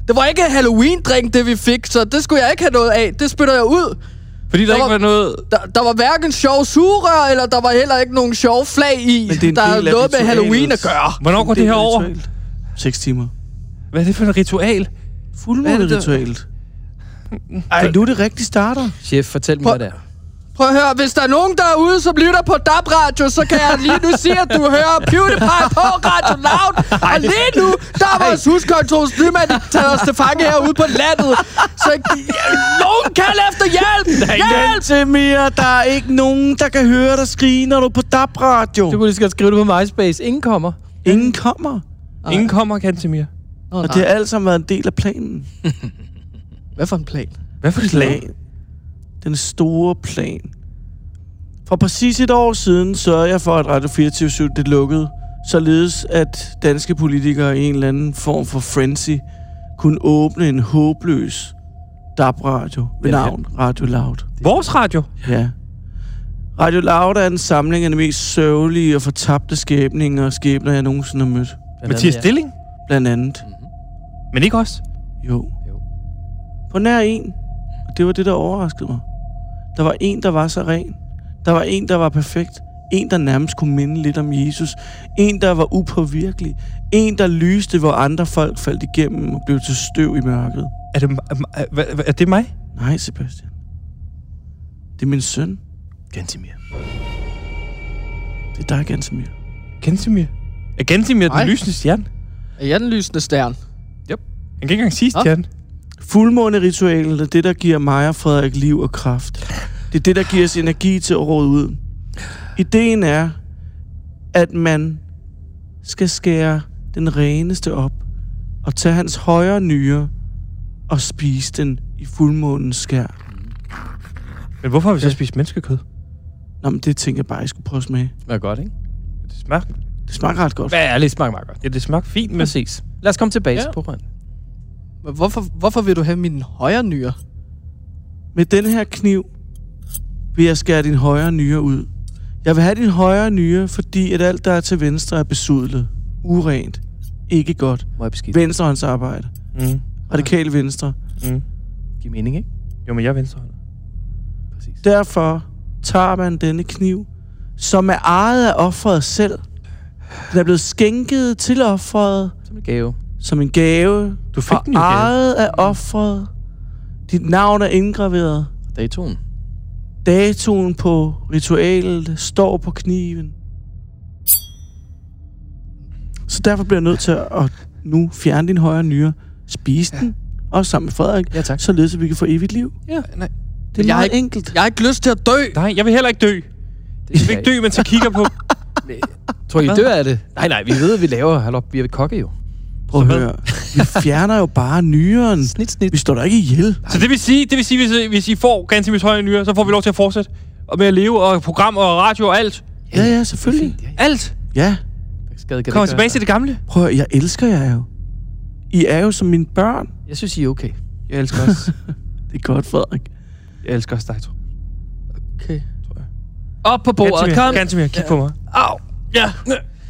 Speaker 3: det var ikke Halloween-drink, det vi fik, så det skulle jeg ikke have noget af. Det spytter jeg ud.
Speaker 1: Fordi der,
Speaker 3: Der
Speaker 1: ikke
Speaker 3: var-
Speaker 1: var noget...
Speaker 3: Der, der var hverken sjove sugerør, eller der var heller ikke nogen sjove flag i,
Speaker 2: Men det er en
Speaker 3: der
Speaker 2: del af
Speaker 3: har noget med
Speaker 2: ritualet.
Speaker 3: Halloween at gøre.
Speaker 1: Hvornår går det her over?
Speaker 2: Ritualt. Seks timer.
Speaker 1: Hvad er det for et ritual?
Speaker 2: Fuldmålet
Speaker 3: der-
Speaker 2: ritualt. Ej. Så nu er det rigtig starter.
Speaker 4: Chef, fortæl mig,
Speaker 3: Prøv-
Speaker 4: hvad det er.
Speaker 3: Prøv at høre, hvis der er nogen derude, som lytter på DAB Radio, så kan jeg lige nu sige, at du hører PewDiePie på Radio Loud. Og lige nu, der er vores huskontrols nymand taget os til fange herude på landet. Så nogen kald efter hjælp! Hjælp!
Speaker 2: Gantemir, der er ikke nogen, der kan høre dig skrige, når du er på DAB-radio.
Speaker 4: Du kunne lige så godt skrive det på MySpace. Ingen kommer.
Speaker 2: Ingen kommer.
Speaker 1: Ingen kommer, Gansimir.
Speaker 2: Og det har alt sammen været en del af planen.
Speaker 3: Hvad for en plan?
Speaker 1: Hvad for et lag?
Speaker 2: Plan. Den store plan. For præcis et år siden sørgede jeg for, at Radio 24 det lukkede, således at danske politikere i en eller anden form for frenzy kunne åbne en håbløs DAB-radio ved
Speaker 4: Hvem er-
Speaker 2: navn Radio Loud.
Speaker 1: Vores radio?
Speaker 2: Ja. Radio Loud er en samling af de mest sørgelige og fortabte skæbninger og skæbner, jeg nogensinde har mødt.
Speaker 1: Mathias Stilling?
Speaker 2: Blandt andet.
Speaker 1: Men ikke os.
Speaker 2: Jo.
Speaker 4: Jo.
Speaker 2: På nær en. Og det var det, der overraskede mig. Der var en, der var så ren. Der var en, der var perfekt. En, der nærmest kunne minde lidt om Jesus. En, der var upåvirkelig. En, der lyste, hvor andre folk faldt igennem og blev til støv i mørket.
Speaker 1: Er det, er, er, er det mig?
Speaker 2: Nej, Sebastian. Det er min søn.
Speaker 4: Gantimir.
Speaker 2: Det er dig, Gansimir.
Speaker 1: Gensimir? Er Gensimir
Speaker 3: Nej.
Speaker 1: den lysende stjerne?
Speaker 3: Er jeg den lysende stjerne?
Speaker 1: Han kan ikke engang sige
Speaker 3: Nå.
Speaker 1: stjerne.
Speaker 2: Fuldmåneritualet er det, der giver mig og Frederik liv og kraft. Det er det, der giver os energi til at råde ud. Ideen er, at man skal skære den reneste op og tage hans højre nyre og spise den i fuldmånens skær.
Speaker 1: Men hvorfor har vi så spist menneskekød?
Speaker 2: Nå, men det tænker jeg bare, I skulle prøve at smage.
Speaker 4: Var godt, ikke?
Speaker 1: Det smager,
Speaker 2: Det smager ret godt.
Speaker 4: Ja, det smager meget godt.
Speaker 1: ja, det smager fint, men
Speaker 4: Præcis. Lad os komme tilbage
Speaker 3: Ja.
Speaker 4: ja. på røn.
Speaker 3: Men Hvorfor, hvorfor vil du have min højre nyre?
Speaker 2: Med den her kniv vil jeg skære din højre nyre ud. Jeg vil have din højre nyre, fordi at alt, der er til venstre, er besudlet. Urent. Ikke godt.
Speaker 4: Må jeg beskide?
Speaker 2: Venstrehåndsarbejde.
Speaker 1: Mm.
Speaker 2: Radikal venstre.
Speaker 1: Mm.
Speaker 4: Giv mening, ikke?
Speaker 1: Jo, men jeg er venstrehåndet.
Speaker 4: Præcis.
Speaker 2: Derfor tager man denne kniv, som er ejet af offeret selv. Den er blevet skænket til offeret
Speaker 4: Som en gave.
Speaker 2: som en gave.
Speaker 1: Du fik
Speaker 2: og
Speaker 1: den jo, gave.
Speaker 2: ejet af offeret. Dit navn er indgraveret.
Speaker 4: Datoen.
Speaker 2: Datoen på ritualet står på kniven. Så derfor bliver jeg nødt til at nu fjerne din højre nyre, spise ja. den, og sammen med Frederik,
Speaker 4: Ja, tak.
Speaker 2: således at vi kan få evigt liv. Det
Speaker 4: Ja, nej.
Speaker 2: er
Speaker 3: Men jeg
Speaker 2: meget
Speaker 3: har
Speaker 2: ikke...
Speaker 3: ikke-
Speaker 2: enkelt.
Speaker 3: Jeg har ikke lyst til at dø!
Speaker 1: *laughs* Nej, jeg vil heller ikke dø.
Speaker 4: Det
Speaker 1: Jeg vil ikke dø, mens jeg kigger på...
Speaker 4: Tror I, I dør af det? Nej, nej, vi ved, at vi laver. Hallå, vi er kokke jo.
Speaker 2: Prøv at
Speaker 1: Så hvad?
Speaker 2: høre. Vi fjerner jo bare nyren.
Speaker 4: Snit, snit.
Speaker 2: Vi står der ikke ihjel.
Speaker 1: Så det vil sige, det vil sige hvis, øh, hvis I får Gansimis højre nyere, så får vi lov til at fortsætte og med at leve og program og radio og alt.
Speaker 2: Ja, ja, selvfølgelig.
Speaker 4: Fint, ja,
Speaker 1: Alt
Speaker 2: Ja,
Speaker 4: ja. Skade kan det
Speaker 1: kommer
Speaker 4: ikke
Speaker 1: tilbage
Speaker 4: gøre.
Speaker 1: til det gamle.
Speaker 2: prøv at høre, jeg elsker jer jo. I er jo som mine børn.
Speaker 4: Jeg synes, I er okay.
Speaker 1: Jeg elsker også,
Speaker 2: Det er godt, Frederik.
Speaker 1: jeg elsker også dig, tror
Speaker 3: Okay.
Speaker 4: Op på bordet,
Speaker 1: Gansimir,
Speaker 4: kom.
Speaker 1: Gansimir, kig på mig.
Speaker 4: Au. Ja.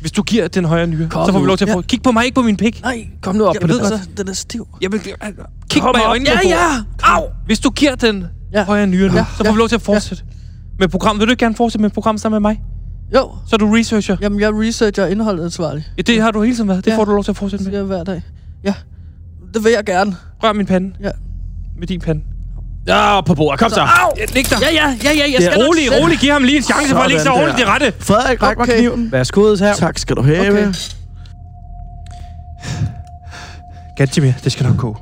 Speaker 1: Hvis du giver den højre nyre,
Speaker 4: Kom
Speaker 1: så får vi
Speaker 4: nu.
Speaker 1: lov til at
Speaker 4: Ja.
Speaker 1: få... Kig på mig, ikke på min pik.
Speaker 4: Nej, kom nu op
Speaker 1: Jeg
Speaker 4: på
Speaker 1: ved
Speaker 4: det
Speaker 1: godt.
Speaker 4: bordet.
Speaker 3: den er stiv.
Speaker 1: Jeg vil, kig
Speaker 4: Kom
Speaker 1: mig i
Speaker 4: op.
Speaker 1: øjnene
Speaker 4: Ja,
Speaker 1: på bordet.
Speaker 4: ja.
Speaker 1: Au! Hvis du giver den ja.
Speaker 3: Ja.
Speaker 1: højre nyre nu,
Speaker 3: Ja.
Speaker 1: så får vi lov til at fortsætte med programmet. Vil du ikke gerne fortsætte med programmet sammen med mig?
Speaker 3: Jo,
Speaker 1: Så er du researcher.
Speaker 3: jamen jeg researcher indholdet ansvarlig.
Speaker 1: Ja. Det har du hele tiden været. Det ja.
Speaker 3: Ja.
Speaker 1: får du lov til at fortsætte
Speaker 3: Det
Speaker 1: med.
Speaker 3: siger jeg hver dag. Ja, det vil jeg gerne.
Speaker 1: Rør min pande.
Speaker 3: Ja.
Speaker 1: Med din pande.
Speaker 4: Ja, op på bordet. Kom så.
Speaker 1: Au! Læg dig.
Speaker 3: Ja, ja, ja, ja, jeg
Speaker 2: Det er
Speaker 3: skal nok
Speaker 1: Rolig,
Speaker 3: selv.
Speaker 1: rolig. Giv ham lige en chance for at lægge sig
Speaker 2: Sådan
Speaker 1: ordentligt
Speaker 2: der.
Speaker 1: til rette.
Speaker 2: Frederik, ræk mig
Speaker 3: Okay.
Speaker 2: kniven.
Speaker 4: Vær skodet her.
Speaker 2: Tak skal du have.
Speaker 3: Okay.
Speaker 2: Okay.
Speaker 1: Gantimir, det skal nok gå.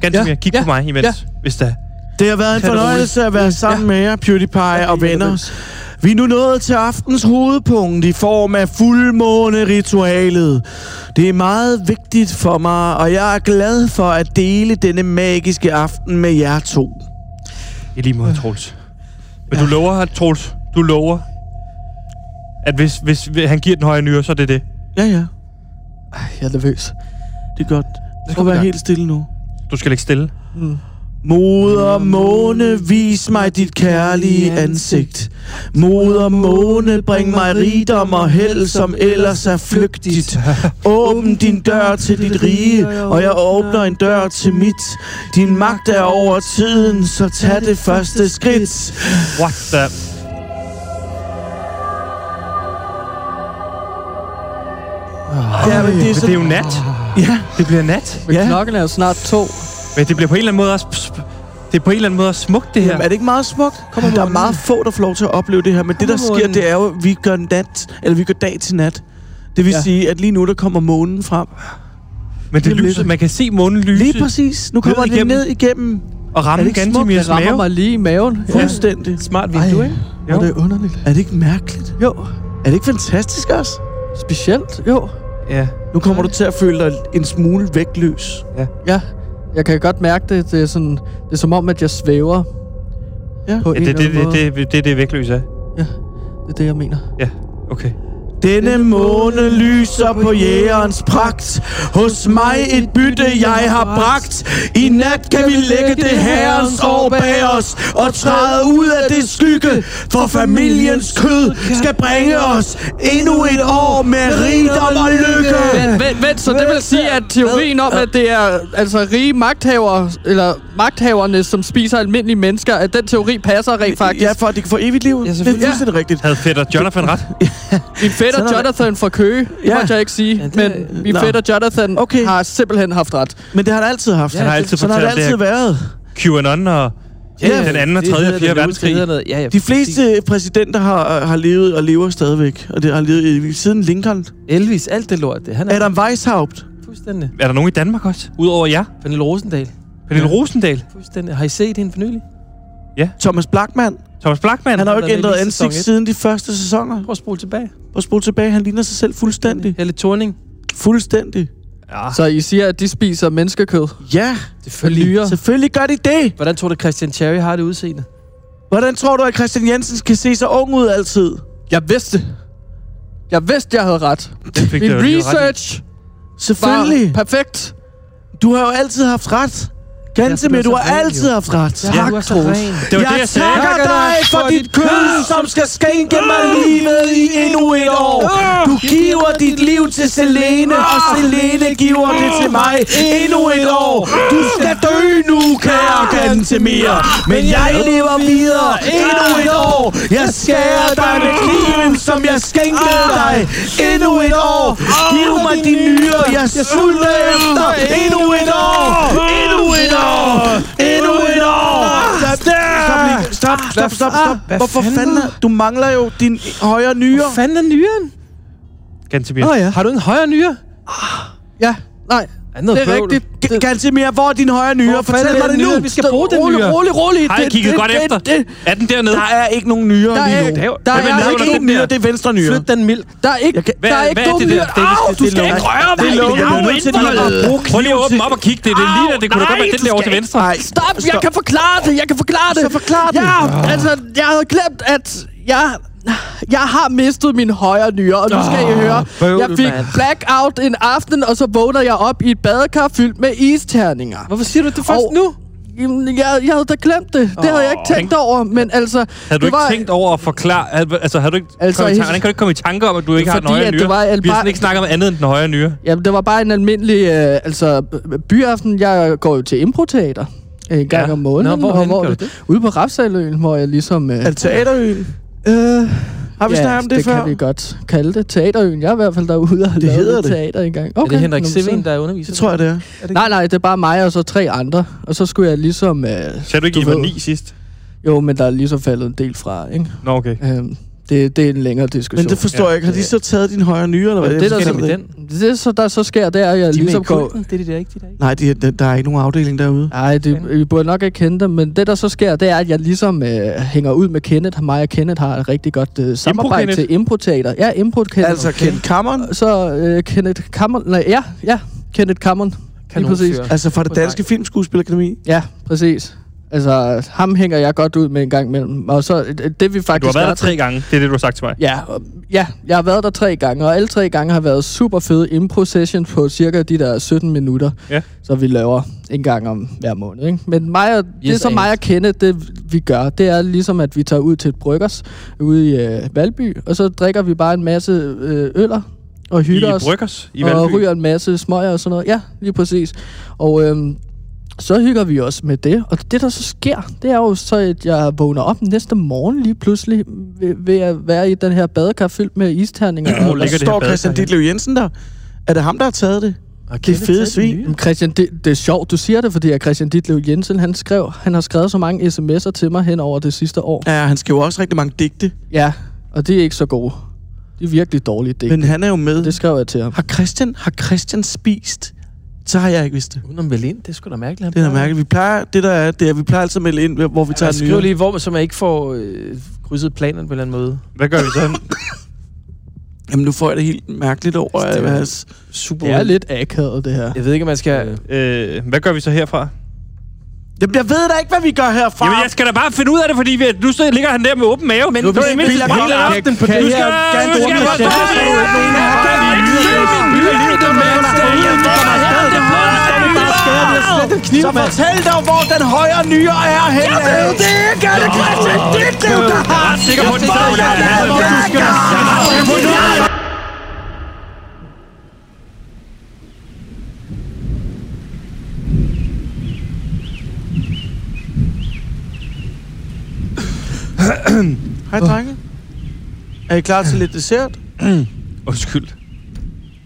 Speaker 1: Gantimir, ja.
Speaker 3: Ja.
Speaker 1: kig
Speaker 3: Ja.
Speaker 1: på mig imens, ja.
Speaker 3: Ja.
Speaker 1: hvis der.
Speaker 2: Det har været en
Speaker 1: Tag det
Speaker 2: fornøjelse at være sammen med jer, PewDiePie og venner.
Speaker 3: nervøs.
Speaker 2: Vi er nu nået til aftens hovedpunkt i form af fuldmåneritualet. Det er meget vigtigt for mig, og jeg er glad for at dele denne magiske aften med jer to.
Speaker 1: I lige måde, Troels. Men ja. du lover, Troels, du lover, at hvis, hvis han giver den højre nyre, så er det det.
Speaker 2: Ja, ja,
Speaker 3: Ej, Jeg er nervøs.
Speaker 2: det er godt.
Speaker 1: Det
Speaker 2: Prøv at være helt stille nu.
Speaker 1: Du skal ligge stille.
Speaker 2: Moder måne, vis mig dit kærlige ansigt. Moder måne, bring mig rigdom og held, som ellers er flygtigt. Åbn din dør til dit rige, og jeg åbner en dør til mit. Din magt er over tiden, så tag det første skridt.
Speaker 1: What the...
Speaker 2: Ja, men det er
Speaker 1: Men det er
Speaker 2: så...
Speaker 1: jo nat.
Speaker 2: Ja,
Speaker 1: Det bliver nat.
Speaker 3: Men
Speaker 2: Ja.
Speaker 3: ja. klokken er jo snart to.
Speaker 1: Men det bliver på en eller anden måde også... Det er på en eller anden måde også smukt, det her.
Speaker 2: Jamen, er det ikke meget smukt? Der er meget få, der får lov til at opleve det her, men det, der sker, det er jo, at vi gør, nat, eller vi gør dag til nat. Det vil
Speaker 3: Ja.
Speaker 2: sige, at lige nu, der kommer månen frem.
Speaker 1: Men det
Speaker 2: Jamen,
Speaker 1: lyser,
Speaker 2: det-
Speaker 1: man kan se månen lyse
Speaker 2: Lige præcis. Nu kommer
Speaker 1: Ned
Speaker 2: den
Speaker 1: igennem.
Speaker 2: ned igennem.
Speaker 1: og ramme
Speaker 2: Er det ikke smukt?
Speaker 1: Gantimirs
Speaker 3: Det rammer
Speaker 1: mave.
Speaker 3: mig lige i maven. Ja.
Speaker 2: Fuldstændig.
Speaker 4: Smart vindue, ikke?
Speaker 1: Jo.
Speaker 3: Og det er underligt.
Speaker 2: Er det ikke mærkeligt?
Speaker 3: Jo,
Speaker 2: Er det ikke fantastisk også?
Speaker 3: specielt, jo.
Speaker 1: Ja.
Speaker 2: Nu kommer du til at føle dig en smule vægtløs.
Speaker 3: Ja, jeg kan godt mærke det. Det er, sådan, det er som om, at jeg svæver.
Speaker 2: Ja.
Speaker 3: på
Speaker 1: ja
Speaker 3: en
Speaker 1: det, det,
Speaker 3: eller anden
Speaker 1: det, det,
Speaker 3: måde.
Speaker 1: det, det er det vægtløs af.
Speaker 3: Ja, det er det, jeg mener.
Speaker 1: Ja, okay.
Speaker 2: Denne måne lyser på jægerens pragt. Hos mig et bytte, jeg har bragt. I nat kan vi lægge det herrens år bag os og træde ud af det skygge, for familiens kød skal bringe os endnu et år med rigdom og lykke.
Speaker 3: Vent, vent, vent, så det vil sige, at teorien om, at det er altså rige magthavere, eller magthaverne, som spiser almindelige mennesker, at den teori passer rent faktisk.
Speaker 2: Ja, for at de kan få evigt liv. det er
Speaker 3: selvfølgelig.
Speaker 2: fuldstændig rigtigt.
Speaker 1: Havde fætter Jonathan ret?
Speaker 3: Min fætter
Speaker 2: Sådan er det.
Speaker 3: Jonathan fra Køge,
Speaker 2: Ja.
Speaker 3: ja. måtte jeg ikke sige, ja,
Speaker 4: det-
Speaker 3: det, men min
Speaker 2: Nå.
Speaker 3: fætter Jonathan
Speaker 2: Okay.
Speaker 3: okay. har simpelthen haft ret.
Speaker 2: Men det har han altid haft.
Speaker 1: Han har altid
Speaker 2: Sådan har det
Speaker 1: fortalt det
Speaker 2: altid været.
Speaker 1: QAnon og Ja, den anden og
Speaker 4: det
Speaker 1: tredje og
Speaker 4: hedder
Speaker 1: fjerde
Speaker 4: det nu,
Speaker 1: verdenskrig.
Speaker 4: det hedder noget- Ja, ja,
Speaker 2: De fleste præsidenter har, har levet og lever stadigvæk, og det har levet evigt. siden Lincoln.
Speaker 4: Elvis, alt det lort, det. Han er
Speaker 2: Adam Weishaupt.
Speaker 4: fuldstændig.
Speaker 1: Er der nogen i Danmark også? Udover jer?
Speaker 4: Pernille Rosendal.
Speaker 1: Pernille Rosendal?
Speaker 4: Fuldstændig. Har I set hende for nylig?
Speaker 2: Thomas Blackman.
Speaker 1: Thomas Blackman?
Speaker 2: Han har jo
Speaker 4: har
Speaker 2: ikke
Speaker 4: været med
Speaker 2: ændret
Speaker 4: i sæson
Speaker 2: ansigt
Speaker 4: et.
Speaker 2: siden de første sæsoner.
Speaker 4: Prøv at spole tilbage.
Speaker 2: Og spol tilbage, han ligner sig selv fuldstændig.
Speaker 4: Helle Thorning.
Speaker 2: Fuldstændig.
Speaker 1: Ja.
Speaker 3: Så I siger, at de spiser menneskekød
Speaker 2: Ja,
Speaker 3: for lyre?
Speaker 2: selvfølgelig gør de det.
Speaker 4: Hvordan tror du, Christian Cherry har det udseende?
Speaker 2: Hvordan tror du, at Christian Jensen kan se så ung ud altid?
Speaker 3: Jeg vidste. Jeg vidste, jeg havde ret.
Speaker 1: Den fik
Speaker 3: Min
Speaker 1: du jo lige ret i.
Speaker 3: research var
Speaker 2: Selvfølgelig.
Speaker 3: perfekt.
Speaker 2: Du har jo altid haft ret. Gantemir,
Speaker 4: du
Speaker 2: du
Speaker 4: er så
Speaker 2: har
Speaker 4: ren,
Speaker 2: altid
Speaker 4: jo.
Speaker 2: haft ret.
Speaker 4: Ja, du er så
Speaker 3: Troels.
Speaker 4: ren.
Speaker 1: Det var det,
Speaker 2: Jeg
Speaker 1: jeg sagde.
Speaker 2: takker dig for dit kød, som skal skænke mig livet i endnu et år. Du giver dit liv til Selene, og Selene giver det til mig endnu et år. Du skal dø nu, kære Gantemir. Men jeg lever videre endnu et år. Jeg skærer dig med kniven, som jeg skænkede dig endnu et år. Giv mig de nyere, ah, jeg sulter efter endnu et år. Endnu et år. Endnu et år. Ah, Stop, lige. stop, stop, stop, stop.
Speaker 4: Hvad
Speaker 2: Hvorfor
Speaker 4: fanden?
Speaker 2: fanden? er- Du mangler jo din højre nyre.
Speaker 4: Hvor fanden er nyren?
Speaker 1: Gantemir.
Speaker 3: Nå ja.
Speaker 4: Har du en højere nyre?
Speaker 3: Ja, nej.
Speaker 4: Er noget
Speaker 3: Det er
Speaker 4: bøvl?
Speaker 3: rigtigt.
Speaker 2: G- Gantemir, hvor er din højre nyre? Fortæl mig det nu.
Speaker 4: Vi skal bruge den
Speaker 3: rolig,
Speaker 4: nyre.
Speaker 3: rolig, rolig.
Speaker 1: Har jeg
Speaker 3: Det-
Speaker 1: kigget
Speaker 3: det-
Speaker 1: godt
Speaker 3: det-
Speaker 1: efter?
Speaker 3: det-
Speaker 1: Er den dernede?
Speaker 2: Der er ikke nogen nyre
Speaker 3: Der er,
Speaker 2: lige nu.
Speaker 4: Det er jo-
Speaker 3: der
Speaker 1: Hvem er
Speaker 3: er
Speaker 1: lavet
Speaker 3: ikke
Speaker 1: den?
Speaker 2: en
Speaker 3: nogen
Speaker 2: nyre, det er venstre nyre.
Speaker 4: Flyt den mild.
Speaker 3: Der er ikke,
Speaker 2: Jeg kan-
Speaker 3: der er ikke
Speaker 1: hvad er det
Speaker 3: nogen
Speaker 1: der?
Speaker 3: nyre.
Speaker 1: Det,
Speaker 3: Au,
Speaker 1: det,
Speaker 3: du
Speaker 1: det,
Speaker 3: skal ikke røre
Speaker 2: Det
Speaker 1: mig.
Speaker 2: er lukket.
Speaker 1: Det er jo
Speaker 2: Det er nødt til, at de
Speaker 1: indholdet.
Speaker 2: har brugt
Speaker 1: Prøv lige at
Speaker 2: kniven
Speaker 1: åbne
Speaker 2: til-
Speaker 1: op og kigge det. Det ligner, det kunne da godt være den der over til venstre.
Speaker 2: Nej,
Speaker 3: Stop, jeg kan forklare det. Jeg kan forklare det.
Speaker 2: Så forklar det.
Speaker 3: Ja, altså, jeg havde glemt, at jeg... Jeg har mistet min højre nyre, og nu skal I høre.
Speaker 4: bøvl,
Speaker 3: jeg fik
Speaker 4: mand.
Speaker 3: blackout en aften, og så vågner jeg op i et badekar fyldt med isterninger.
Speaker 4: Hvorfor siger du det først
Speaker 3: Og-
Speaker 4: nu?
Speaker 3: Jamen, jeg, jeg havde da glemt det. Det havde jeg ikke tænkt over, men altså...
Speaker 1: Havde du
Speaker 3: det
Speaker 1: ikke
Speaker 3: var,
Speaker 1: tænkt over at forklare... Altså, havde du ikke
Speaker 3: Altså,
Speaker 1: altså, kommet i tanke,
Speaker 3: helt-
Speaker 1: hvordan kan du ikke komme i tanke om, at du ikke har den
Speaker 3: Fordi,
Speaker 1: højre
Speaker 3: at
Speaker 1: nyre?
Speaker 3: det var
Speaker 1: Vi har
Speaker 3: alba-
Speaker 1: sådan ikke snakket om andet end den højre nyre.
Speaker 3: Jamen, det var bare en almindelig øh, altså, b- byaften. Jeg går jo til improteater øh, en gang
Speaker 1: Ja.
Speaker 3: om måneden.
Speaker 4: Nå, hvorhenne gør du
Speaker 3: Ude på Rapsaløen, hvor jeg ligesom... Øh,
Speaker 2: Er det teaterøen?
Speaker 3: øh,
Speaker 2: Har vi snakket om det,
Speaker 3: det
Speaker 2: før?
Speaker 3: kan vi godt kalde det. Teaterøen. Jeg er i hvert fald derude og har
Speaker 2: Det
Speaker 3: lavet
Speaker 2: hedder
Speaker 3: lidt
Speaker 2: det.
Speaker 3: teater engang.
Speaker 4: Okay. Er det Henrik
Speaker 3: nå, men
Speaker 4: Sivin,
Speaker 3: så-
Speaker 4: der er underviser?
Speaker 2: Det tror jeg, det er.
Speaker 3: Nej, nej, det er bare mig og så tre andre. Og så skulle jeg ligesom... Øh,
Speaker 1: Sagde du ikke, I
Speaker 3: Du
Speaker 1: var
Speaker 3: ved.
Speaker 1: ni sidst?
Speaker 3: jo, men der er ligesom faldet en del fra, ikke?
Speaker 1: Nå, okay.
Speaker 3: Øh, det, det er en længere diskussion.
Speaker 2: Men det forstår
Speaker 1: Ja.
Speaker 2: jeg ikke. Har de så taget din højre nyre, eller hvad?
Speaker 3: Men
Speaker 2: Jeg
Speaker 3: det, der
Speaker 2: forstår
Speaker 3: så-
Speaker 2: det
Speaker 4: den.
Speaker 2: ikke.
Speaker 3: Det, så der så sker, det er, at jeg
Speaker 4: De er med
Speaker 3: ligesom
Speaker 4: i
Speaker 3: går...
Speaker 4: kulten. Det er de der ikke, de der ikke.
Speaker 2: Nej, de, der- der er ikke nogen afdeling derude.
Speaker 3: Nej, det, I burde nok ikke kende dem, men det, der så sker, det er, at jeg ligesom øh, hænger ud med Kenneth. Mig og Kenneth har et rigtig godt øh, samarbejde
Speaker 1: Impro-Kenneth?
Speaker 3: til Impro-teater. Ja, Impro-Kenneth.
Speaker 2: Altså, Ken Cameron,
Speaker 3: Så øh, Kenneth Cameron... Nej, ja, ja, Kenneth Cameron. Lige præcis.
Speaker 4: Kanonfyr.
Speaker 2: altså fra det danske filmskuespillerkademi.
Speaker 3: Ja, præcis. Altså, ham hænger jeg godt ud med en gang imellem. Og så øh, det,
Speaker 1: Du
Speaker 3: vi
Speaker 1: har
Speaker 3: faktisk
Speaker 1: været
Speaker 3: er-
Speaker 1: der tre gange. Det er det, du har sagt til mig.
Speaker 3: Ja, og- ja, jeg har været der tre gange, og alle tre gange har været super fede impro sessions på cirka de der 17 minutter,
Speaker 1: Ja.
Speaker 3: så vi laver en gang om hver måned. Ikke? Men mig og, yes,
Speaker 4: Yes,
Speaker 3: det, som
Speaker 4: and.
Speaker 3: mig og Kenneth, det vi gør, det er ligesom, at vi tager ud til et bryggers ude i øh, Valby, og så drikker vi bare en masse øh, øller og
Speaker 1: I
Speaker 3: hygger os.
Speaker 1: Bryggers i
Speaker 3: Og
Speaker 1: Valby.
Speaker 3: ryger en masse smøger og sådan noget. Ja, lige præcis. Og øhm, så hygger vi os med det. Og det, der så sker, det er jo så, at jeg vågner op næste morgen lige pludselig ved, ved at være i den her badekar fyldt med
Speaker 2: *clears throat*
Speaker 3: isterninger.
Speaker 1: Hvor
Speaker 3: og,
Speaker 1: ligger det her
Speaker 2: Står
Speaker 1: bad?
Speaker 2: Christian Ditlev Jensen der? Er det ham, der har taget det? Det er fede svin.
Speaker 3: Jamen, Christian, det, det er sjovt, du siger det, fordi at Christian Ditlev Jensen, han, skrev, han har skrevet så mange sms'er til mig hen over det sidste år.
Speaker 2: Ja, han skriver også rigtig mange digte,
Speaker 3: Ja, og det er ikke så gode. Det er virkelig dårligt, det.
Speaker 2: men
Speaker 3: Men...
Speaker 2: han er jo med.
Speaker 3: Det skrev jeg til ham.
Speaker 2: Har Christian, har Christian spist? Så har jeg ikke vidst det.
Speaker 4: Hun er meldt ind, det er sgu da mærkeligt. han
Speaker 2: Det er da
Speaker 4: plejer.
Speaker 2: mærkeligt. Vi plejer, det der er, det er, vi plejer altid at melde ind, hvor vi tager
Speaker 4: Jeg
Speaker 2: en
Speaker 4: skriver
Speaker 2: nyere.
Speaker 4: lige, hvor, så man ikke får øh, krydset planerne på en eller anden måde.
Speaker 1: Hvad gør vi så?
Speaker 2: Jamen, nu får jeg det helt mærkeligt over,
Speaker 4: Det er-
Speaker 2: at hans...
Speaker 4: Super.
Speaker 3: Det er lidt akavet, det her.
Speaker 4: Jeg ved ikke, om man skal... Øh.
Speaker 1: øh, hvad gør vi så herfra?
Speaker 2: Jamen, jeg ved da ikke, hvad vi gør herfra.
Speaker 1: Jamen, jeg skal da bare finde ud af det, fordi vi, nu sidder, ligger han der med åben mave. Men
Speaker 2: du vil ikke hele aften på det her ganske ordentlige sæt. Der er jo ikke nogen, der har gang i nyheder. Så fortæl dog, hvor den højre nyre er henne. Jeg ved det ikke, er det Christian Ditlev, der har?
Speaker 1: sikker på, at det er der, hvor den er.
Speaker 2: hvor du skal Hej, drenge. Er I klar til lidt dessert?
Speaker 1: Undskyld.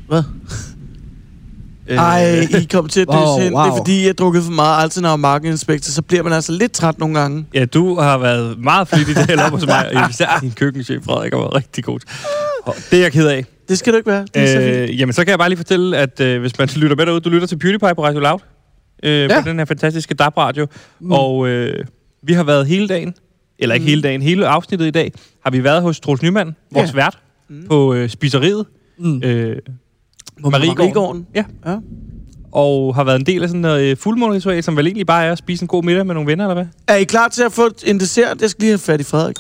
Speaker 2: Hvad?
Speaker 1: Øh,
Speaker 2: Ej, I kom til at dyse
Speaker 3: Wow,
Speaker 2: wow, hen. Wow. Det
Speaker 3: wow.
Speaker 2: er fordi, jeg har drukket for meget Altenau og Marketinspektor, så bliver man altså lidt træt nogle gange.
Speaker 1: Ja, du har været meget flittig til op hos mig, og især din køkkenchef, Frederik, har været rigtig god. Og det er jeg ked af.
Speaker 2: Det skal du ikke være. Det er øh, så fint.
Speaker 1: Øh, jamen, så kan jeg bare lige fortælle, at øh, hvis man lytter med derude, du lytter til PewDiePie på Radio Loud, øh, ja.
Speaker 3: Ja.
Speaker 1: på den her fantastiske DAB-radio, mm. og øh, vi har været hele dagen, eller ikke mm. hele dagen, hele afsnittet i dag, har vi været hos Troels Nyman, vores ja.
Speaker 2: Ja.
Speaker 1: vært, mm. på øh, spiseriet,
Speaker 3: Mm.
Speaker 1: øh,
Speaker 2: På
Speaker 1: Mariegården.
Speaker 2: Mariegården.
Speaker 1: Ja.
Speaker 2: Ja.
Speaker 1: og har været en del af sådan noget øh, fuldmåneritual, som vel egentlig bare er at spise en god middag med nogle venner, eller hvad?
Speaker 2: Er I klar til at få en dessert? Jeg skal lige have fat i Frederik.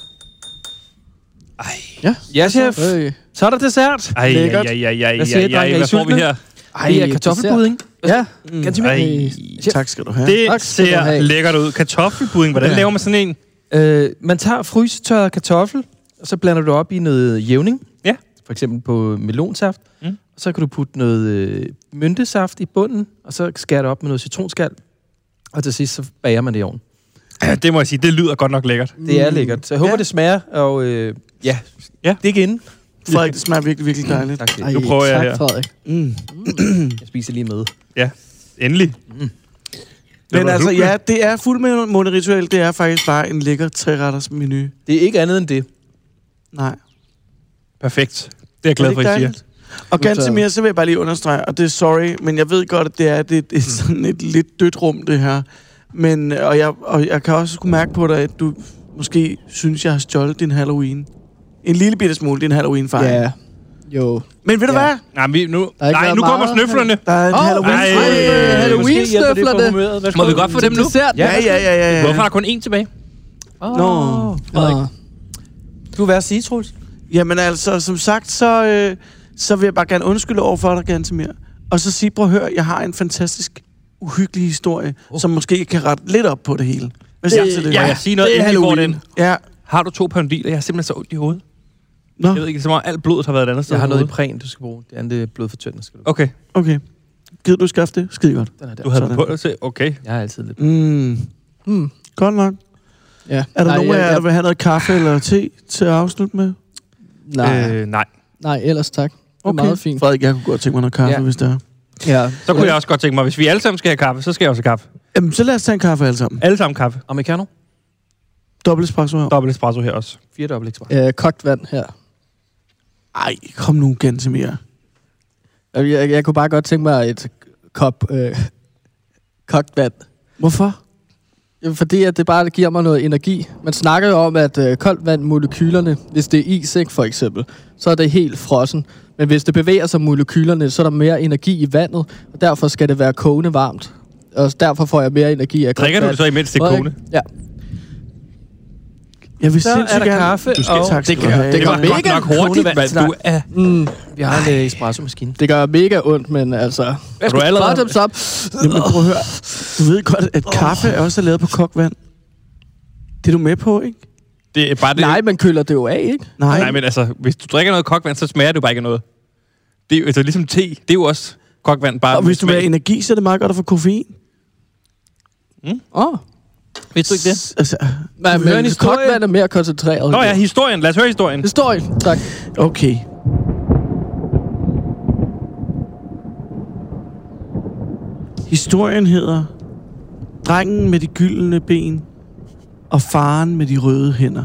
Speaker 3: Ja.
Speaker 4: Ja, chef.
Speaker 3: Øh.
Speaker 4: Så er der dessert.
Speaker 1: Ej, ej,
Speaker 4: Lækkert.
Speaker 1: ej, ej, ej, ej,
Speaker 4: Hvad siger I,
Speaker 1: ej,
Speaker 4: drenge? Er I
Speaker 1: hvad får vi
Speaker 4: sultne?
Speaker 1: her?
Speaker 4: Ej, det er kartoffelpudding.
Speaker 3: Ja.
Speaker 1: Ej,
Speaker 4: Chef.
Speaker 2: Tak skal du have. Det.
Speaker 1: det
Speaker 3: tak skal du
Speaker 1: ser
Speaker 3: have.
Speaker 1: lækkert ud. Kartoffelbudding, hvordan
Speaker 4: Ja.
Speaker 1: laver man sådan en?
Speaker 4: Øh, man tager frysetørret kartoffel, og så blander du op i noget jævning.
Speaker 1: Ja.
Speaker 4: For eksempel på melonsaft.
Speaker 1: Mm.
Speaker 4: Mm. Og så kan du putte noget øh, myntesaft i bunden, og så skærer du op med noget citronskal. Og til sidst, så bager man det i ovnen.
Speaker 1: Ja, det må jeg sige, det lyder godt nok lækkert.
Speaker 4: Det er lækkert. Så jeg håber,
Speaker 2: Ja.
Speaker 4: Mm. ja. det smager, og øh, ja.
Speaker 1: Ja.
Speaker 4: det er ikke inde.
Speaker 2: Frederik, det Mm, smager virkelig, virkelig dejligt.
Speaker 4: Tak, chef.
Speaker 3: Ej,
Speaker 1: Nu prøver jeg
Speaker 3: tak,
Speaker 1: her.
Speaker 3: Frederik.
Speaker 2: Mm.
Speaker 4: jeg spiser lige med.
Speaker 1: Ja, endelig. Det
Speaker 2: Men
Speaker 1: var
Speaker 2: altså,
Speaker 1: lukket.
Speaker 2: ja, det er fuldmåneritual. Det er faktisk bare en lækker træretters menu.
Speaker 4: Det er ikke andet end det.
Speaker 2: Nej.
Speaker 1: Perfekt. Det er jeg glad for, at I siger.
Speaker 2: Og ganske
Speaker 3: Modtaget.
Speaker 2: mere, så vil jeg bare lige understrege, og det er sorry, men jeg ved godt, at det er, det, det er
Speaker 1: Mm.
Speaker 2: sådan et lidt dødt rum, det her. Men, og jeg, og jeg kan også kunne mærke på dig, at du måske synes, jeg har stjålet din Halloween. En lille bitte smule din Halloween-fejring.
Speaker 3: Ja. Jo.
Speaker 2: Men ved du
Speaker 3: Ja.
Speaker 2: hvad?
Speaker 1: Nej, men vi- nu,
Speaker 3: Der er ikke
Speaker 1: nej,
Speaker 3: været
Speaker 1: nu kommer
Speaker 3: meget.
Speaker 1: snøflerne.
Speaker 2: Der er en
Speaker 3: Åh,
Speaker 2: Halloween.
Speaker 1: ej,
Speaker 3: Ej, øh, Halloween snøfler det.
Speaker 1: Må vi godt få dem nu?
Speaker 3: Dessert.
Speaker 2: Ja, ja, ja, ja. ja.
Speaker 1: Hvorfor er der kun én tilbage?
Speaker 4: Oh.
Speaker 2: Nå.
Speaker 3: Frederik.
Speaker 4: Du vil være sige, Troels.
Speaker 2: Jamen altså, som sagt, så, øh, så vil jeg bare gerne undskylde over for dig, ganske mere. Og så sige, prøv at høre, jeg har en fantastisk, uhyggelig historie, oh. som måske kan rette lidt op på det hele. Hvad siger du til det?
Speaker 1: Uh. Øh, Ja, jeg sige noget,
Speaker 3: det er
Speaker 1: inden vi får
Speaker 3: Halloween.
Speaker 1: den.
Speaker 2: ja.
Speaker 1: Har du to pandiler? Jeg har simpelthen så ondt i hovedet.
Speaker 2: Nå,
Speaker 1: Jeg ved ikke, så meget alt blodet har været et andet sted.
Speaker 4: Jeg har
Speaker 1: i
Speaker 4: noget i
Speaker 1: hovedet.
Speaker 4: præn, du skal bruge. Det andet er blod for tynd, skal du.
Speaker 1: Okay,
Speaker 2: okay. Gider du skaffe det? Skide godt.
Speaker 4: Den er der.
Speaker 1: du havde den
Speaker 2: Sådan.
Speaker 1: på dig til. Okay.
Speaker 4: Jeg har altid lidt.
Speaker 2: Mm.
Speaker 3: Mm.
Speaker 2: Godt nok.
Speaker 3: Ja.
Speaker 2: Er der
Speaker 3: Nej,
Speaker 2: nogen af
Speaker 3: jeg-
Speaker 2: jer,
Speaker 3: jeg-
Speaker 2: der vil have noget kaffe eller te til at afslutte med?
Speaker 3: Nej,
Speaker 1: Øh, nej.
Speaker 3: nej, ellers tak. Det er meget fint.
Speaker 2: Frederik, jeg kunne godt tænke mig noget kaffe, ja.
Speaker 4: Ja.
Speaker 2: hvis det er.
Speaker 3: Ja.
Speaker 1: Så kunne jeg også godt tænke mig, hvis vi alle sammen skal have kaffe, så skal jeg også have kaffe.
Speaker 2: Jamen, så lad os tage en kaffe alle sammen.
Speaker 1: Alle sammen kaffe.
Speaker 4: Americano?
Speaker 2: Dobbelt espresso her.
Speaker 1: Dobbelt espresso her også.
Speaker 4: Fire dobbelt ekstra.
Speaker 3: Øh, kogt vand her.
Speaker 2: Ej, kom nu, Gantemir.
Speaker 3: Jeg, jeg, jeg kunne bare godt tænke mig et kop øh, kogt vand.
Speaker 2: Hvorfor?
Speaker 3: Jamen, Fordi at det bare giver mig noget energi. Man snakker jo om, at øh, koldt vand, molekylerne, hvis det er is, ikke, for eksempel, så er det helt frossen. Men hvis det bevæger sig molekylerne, så er der mere energi i vandet, og derfor skal det være kogende varmt. Og derfor får jeg mere energi af koldt
Speaker 1: Drikker du
Speaker 3: vand.
Speaker 1: det så imens det er
Speaker 3: Frederik?
Speaker 1: kogende?
Speaker 3: Ja.
Speaker 2: Jeg vil
Speaker 4: Så er
Speaker 2: sindssygt
Speaker 4: der
Speaker 2: gerne...
Speaker 4: kaffe,
Speaker 2: Du skal,
Speaker 4: og
Speaker 2: tak, skal
Speaker 1: Det
Speaker 2: du
Speaker 1: gør,
Speaker 2: have.
Speaker 1: det gør
Speaker 3: var
Speaker 1: godt
Speaker 3: mega
Speaker 1: nok hurtigt,
Speaker 4: kogende
Speaker 1: mand.
Speaker 4: vand.
Speaker 1: Du er...
Speaker 3: Mm,
Speaker 4: vi har en øh, espresso-maskine.
Speaker 3: det gør mega ondt, men altså...
Speaker 1: Er du allerede...
Speaker 3: Bottoms up.
Speaker 2: Jamen, prøv at høre. Du ved godt, at kaffe er også lavet på kokvand. Det er du med på, ikke?
Speaker 1: Det er bare det.
Speaker 3: Nej, man køler det jo af, ikke?
Speaker 2: Nej.
Speaker 1: Nej, men altså, hvis du drikker noget kokvand, så smager det jo bare ikke af noget. Det er jo altså, ligesom te. Det er jo også kokvand, bare
Speaker 2: og hvis du vil
Speaker 1: med
Speaker 2: have
Speaker 1: smag.
Speaker 2: energi, så er det meget godt at få koffein.
Speaker 3: Åh. Oh.
Speaker 1: Vidste du ikke det?
Speaker 2: S- Altså,
Speaker 3: Men,
Speaker 4: Hør en
Speaker 3: men
Speaker 4: historie.
Speaker 3: kogt vand er mere koncentreret.
Speaker 1: Nå ja, historien. Lad os høre historien.
Speaker 3: Historien, tak.
Speaker 2: okay. Historien hedder Drengen med de gyldne ben og faren med de røde hænder.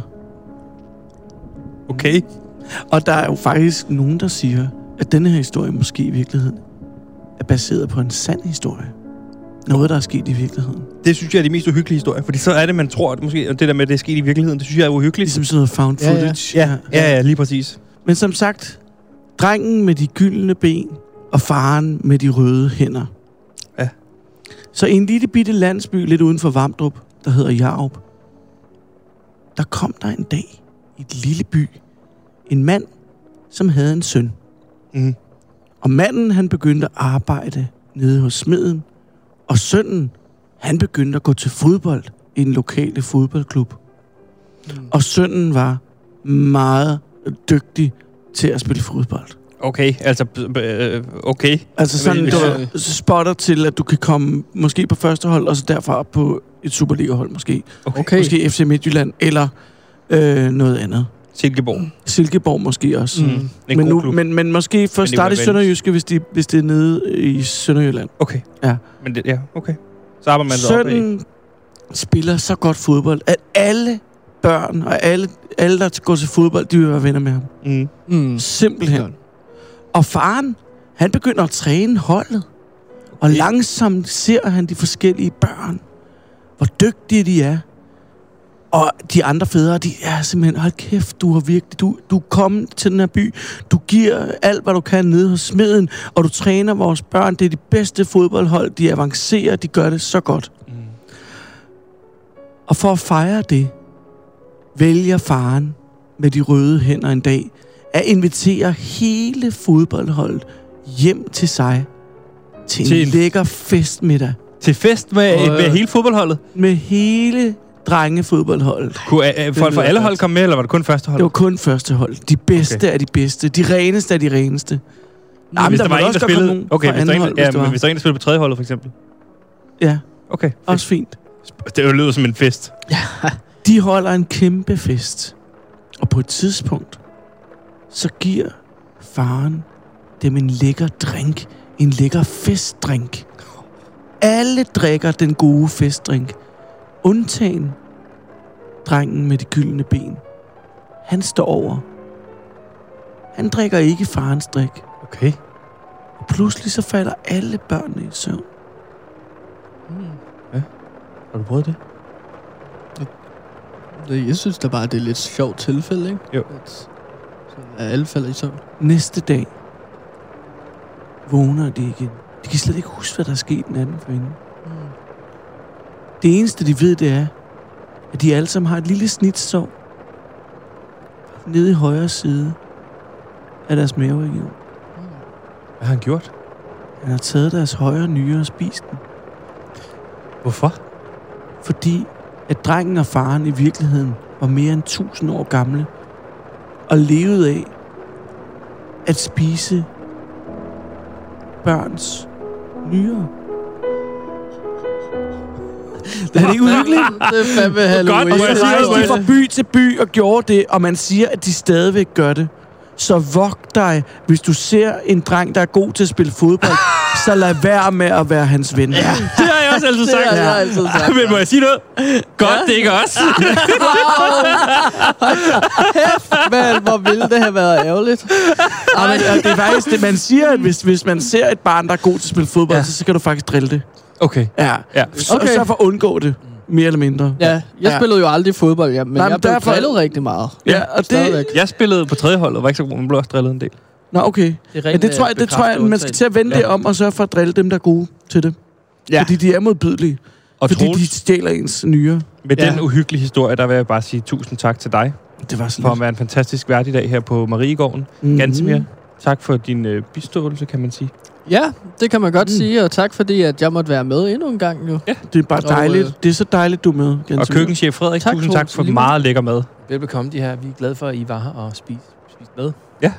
Speaker 1: Okay.
Speaker 2: Og der er jo faktisk nogen, der siger, at denne her historie måske i virkeligheden er baseret på en sand historie. Noget, der er sket i virkeligheden.
Speaker 1: Det synes jeg er de mest uhyggelige historier, fordi så er det, man tror, at måske, og det der med, at det er sket i virkeligheden, det synes jeg er uhyggeligt.
Speaker 2: Ligesom sådan noget found
Speaker 3: Ja, ja.
Speaker 2: footage.
Speaker 1: Ja, ja, lige præcis.
Speaker 2: Men som sagt, drengen med de gyldne ben og faren med de røde hænder.
Speaker 1: Ja.
Speaker 2: Så i en lille bitte landsby lidt uden for Vamdrup, der hedder Jarup, der kom der en dag i et lille by en mand, som havde en søn.
Speaker 1: Mhm.
Speaker 2: Og manden, han begyndte at arbejde nede hos smeden, og sønnen, han begyndte at gå til fodbold i en lokale fodboldklub.
Speaker 1: Mhm.
Speaker 2: Og sønnen var meget dygtig til at spille fodbold.
Speaker 1: Okay, altså, b- b- øh, okay.
Speaker 2: Altså sådan,
Speaker 1: Jamen,
Speaker 2: du
Speaker 1: øh,
Speaker 2: ved, spotter til, at du kan komme måske på første hold, og så derfra op på et Superliga-hold måske.
Speaker 3: Okay.
Speaker 2: Måske FC Midtjylland, eller øh, noget andet.
Speaker 1: Silkeborg.
Speaker 2: Silkeborg måske også. Mm.
Speaker 1: Mm. En
Speaker 2: Men,
Speaker 1: god
Speaker 2: nu,
Speaker 1: klub.
Speaker 2: men, men måske
Speaker 1: vil
Speaker 2: først starte i
Speaker 1: være
Speaker 2: Sønderjyske, hvis, de, hvis det er nede i Sønderjylland.
Speaker 1: Okay.
Speaker 2: Ja.
Speaker 1: Men det, ja, okay. Så arbejder man Søn... op af.
Speaker 2: Sønnen spiller så godt fodbold, at alle børn og alle, alle der går til fodbold, de vil være venner med ham.
Speaker 1: Mm.
Speaker 3: Mm.
Speaker 2: Simpelthen. Og faren, han begynder at træne holdet. Og
Speaker 1: Okay.
Speaker 2: langsomt ser han de forskellige børn. Hvor dygtige de er. Og de andre fædre, de er simpelthen, hold kæft, du har virkelig, du, du er kommet til den her by. Du giver alt, hvad du kan nede hos smeden, og du træner vores børn. Det er de bedste fodboldhold, de avancerer, de gør det så godt. Mm. Og for at fejre det, vælger faren med de røde hænder en dag at invitere hele fodboldholdet hjem til sig til,
Speaker 1: Til
Speaker 2: en
Speaker 1: en-
Speaker 2: lækker festmiddag
Speaker 1: Til fest med,
Speaker 3: Og,
Speaker 1: øh, med
Speaker 3: øh,
Speaker 1: hele fodboldholdet.
Speaker 2: med hele drengefodboldholdet.
Speaker 1: Kunne øh, øh, folk fra
Speaker 3: lyder
Speaker 1: alle hold
Speaker 3: godt.
Speaker 1: komme med, eller var det kun første hold?
Speaker 2: Det var kun første hold. De bedste okay.
Speaker 1: Okay.
Speaker 2: af de bedste. De reneste af de reneste.
Speaker 1: Nej, hvis der, var
Speaker 2: måtte
Speaker 1: en, der
Speaker 2: også godt komme
Speaker 1: spillede...
Speaker 2: nogen
Speaker 1: Okay,
Speaker 2: fra
Speaker 1: hvis der,
Speaker 2: anden
Speaker 1: en,
Speaker 2: hold,
Speaker 1: ja,
Speaker 2: hvis det
Speaker 1: men
Speaker 2: var.
Speaker 1: hvis der er en, der spillede på tredje holdet, for eksempel.
Speaker 2: Ja,
Speaker 1: Okay, fedt.
Speaker 2: også fint.
Speaker 1: Det lyder som en fest.
Speaker 2: De holder en kæmpe fest. Og på et tidspunkt, så giver faren dem en lækker drink. En lækker festdrink. Alle drikker den gode festdrink. Undtagen drengen med de gyldne ben. Han står over. Han drikker ikke farens drik.
Speaker 1: Okay.
Speaker 2: Og pludselig så falder alle børnene i søvn.
Speaker 1: Har du prøvet det?
Speaker 3: Det, Øh, jeg synes da bare, det er et lidt sjovt tilfælde, ikke?
Speaker 1: Jo.
Speaker 3: At, sådan, at alle falder i søvn.
Speaker 2: Næste dag vågner de igen. De kan slet ikke huske, hvad der er sket den anden for hende.
Speaker 3: Mm.
Speaker 2: Det eneste, de ved, det er, at de alle sammen har et lille snitsår nede i højre side af deres maveregion.
Speaker 1: Hvad har han gjort?
Speaker 2: Han har taget deres højre nyre og spist den,
Speaker 1: Hvorfor?
Speaker 2: fordi at drengen og faren i virkeligheden var mere end 1000 år gamle og levede af at spise børns
Speaker 1: *laughs*
Speaker 2: nyre. Er det ikke uhyggeligt?
Speaker 3: *laughs* det er fandme Halloween.
Speaker 1: Godt,
Speaker 2: Og
Speaker 1: må jeg
Speaker 2: så
Speaker 1: sige
Speaker 2: rejste de
Speaker 1: noget?
Speaker 2: fra by til by og gjorde det, og man siger, at de stadigvæk gør det. Så vogt dig, hvis du ser en dreng, der er god til at spille
Speaker 1: *laughs*
Speaker 2: fodbold, så lad være med at være hans ven. Ja.
Speaker 1: Det har jeg også altid
Speaker 3: Det
Speaker 1: sagt.
Speaker 3: har jeg altid sagt.
Speaker 1: *laughs* Men må jeg sige noget? Godt, det er ikke os.
Speaker 3: Men hvor ville det have været
Speaker 2: *laughs*
Speaker 3: ærgerligt?
Speaker 2: Og, men, og det er faktisk det, man siger, at hvis, hvis man ser et barn, der er god til at spille fodbold, ja. så, så kan du faktisk drille det.
Speaker 1: Okay.
Speaker 2: Ja.
Speaker 1: Ja.
Speaker 2: Så, okay.
Speaker 3: Okay.
Speaker 2: så for at undgå det, mere eller mindre.
Speaker 3: Ja, jeg
Speaker 2: Ja.
Speaker 3: spillede jo aldrig fodbold, ja, men
Speaker 2: Nej,
Speaker 3: Nej,
Speaker 2: men
Speaker 3: jeg blev
Speaker 2: derfor-
Speaker 3: derfor... drillet rigtig meget.
Speaker 2: ja og det...
Speaker 3: Stadigvæk.
Speaker 1: Jeg spillede på tredje hold, og var ikke så god, men blev også drillet en del.
Speaker 2: Nå, okay.
Speaker 4: Det
Speaker 2: Men det tror jeg, det tror jeg man skal til at vende ja. det om, og sørge for at drille dem, der er gode til det. Ja.
Speaker 3: Ja.
Speaker 2: Fordi de er modbydelige.
Speaker 1: Og
Speaker 2: fordi
Speaker 1: Troels,
Speaker 2: de stjæler ens nyre.
Speaker 1: med
Speaker 3: Ja.
Speaker 1: den uhyggelige historie, der vil jeg bare sige tusind tak til dig,
Speaker 2: Det var så
Speaker 1: for at være en fantastisk vært i dag her på Mariegården.
Speaker 2: lidt.
Speaker 1: Gansimir,
Speaker 2: Mm.
Speaker 1: tak for din øh, biståelse, kan man sige.
Speaker 3: Ja, det kan man godt
Speaker 2: Mm.
Speaker 3: mm. sige, og tak fordi, at jeg måtte være med endnu en gang jo. Ja,
Speaker 2: Det er bare
Speaker 3: Og,
Speaker 2: dejligt.
Speaker 3: øh,
Speaker 2: det er så dejligt, du er med,
Speaker 1: Og
Speaker 2: Gansimir.
Speaker 1: køkkenchef Frederik, tak,
Speaker 3: Tak,
Speaker 1: tusind
Speaker 3: Troels.
Speaker 1: tak for
Speaker 3: Lige
Speaker 1: meget lækker mad.
Speaker 4: Velbekomme de her. Vi er glade for, at I var her og spiste spis med.
Speaker 2: Ja.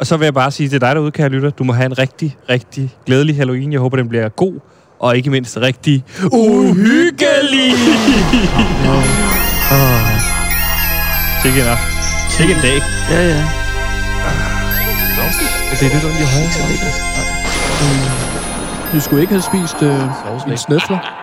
Speaker 1: Og så vil jeg bare sige til dig derude, kære lytter, du må have en rigtig, rigtig glædelig Halloween. Jeg håber, den bliver god, og ikke mindst rigtig uhyggelig. Sikke en aften. Sikke en dag.
Speaker 2: Ja, ja.
Speaker 4: Det er lidt ondt i højre.
Speaker 3: du skulle ikke have spist øh, en snøfler.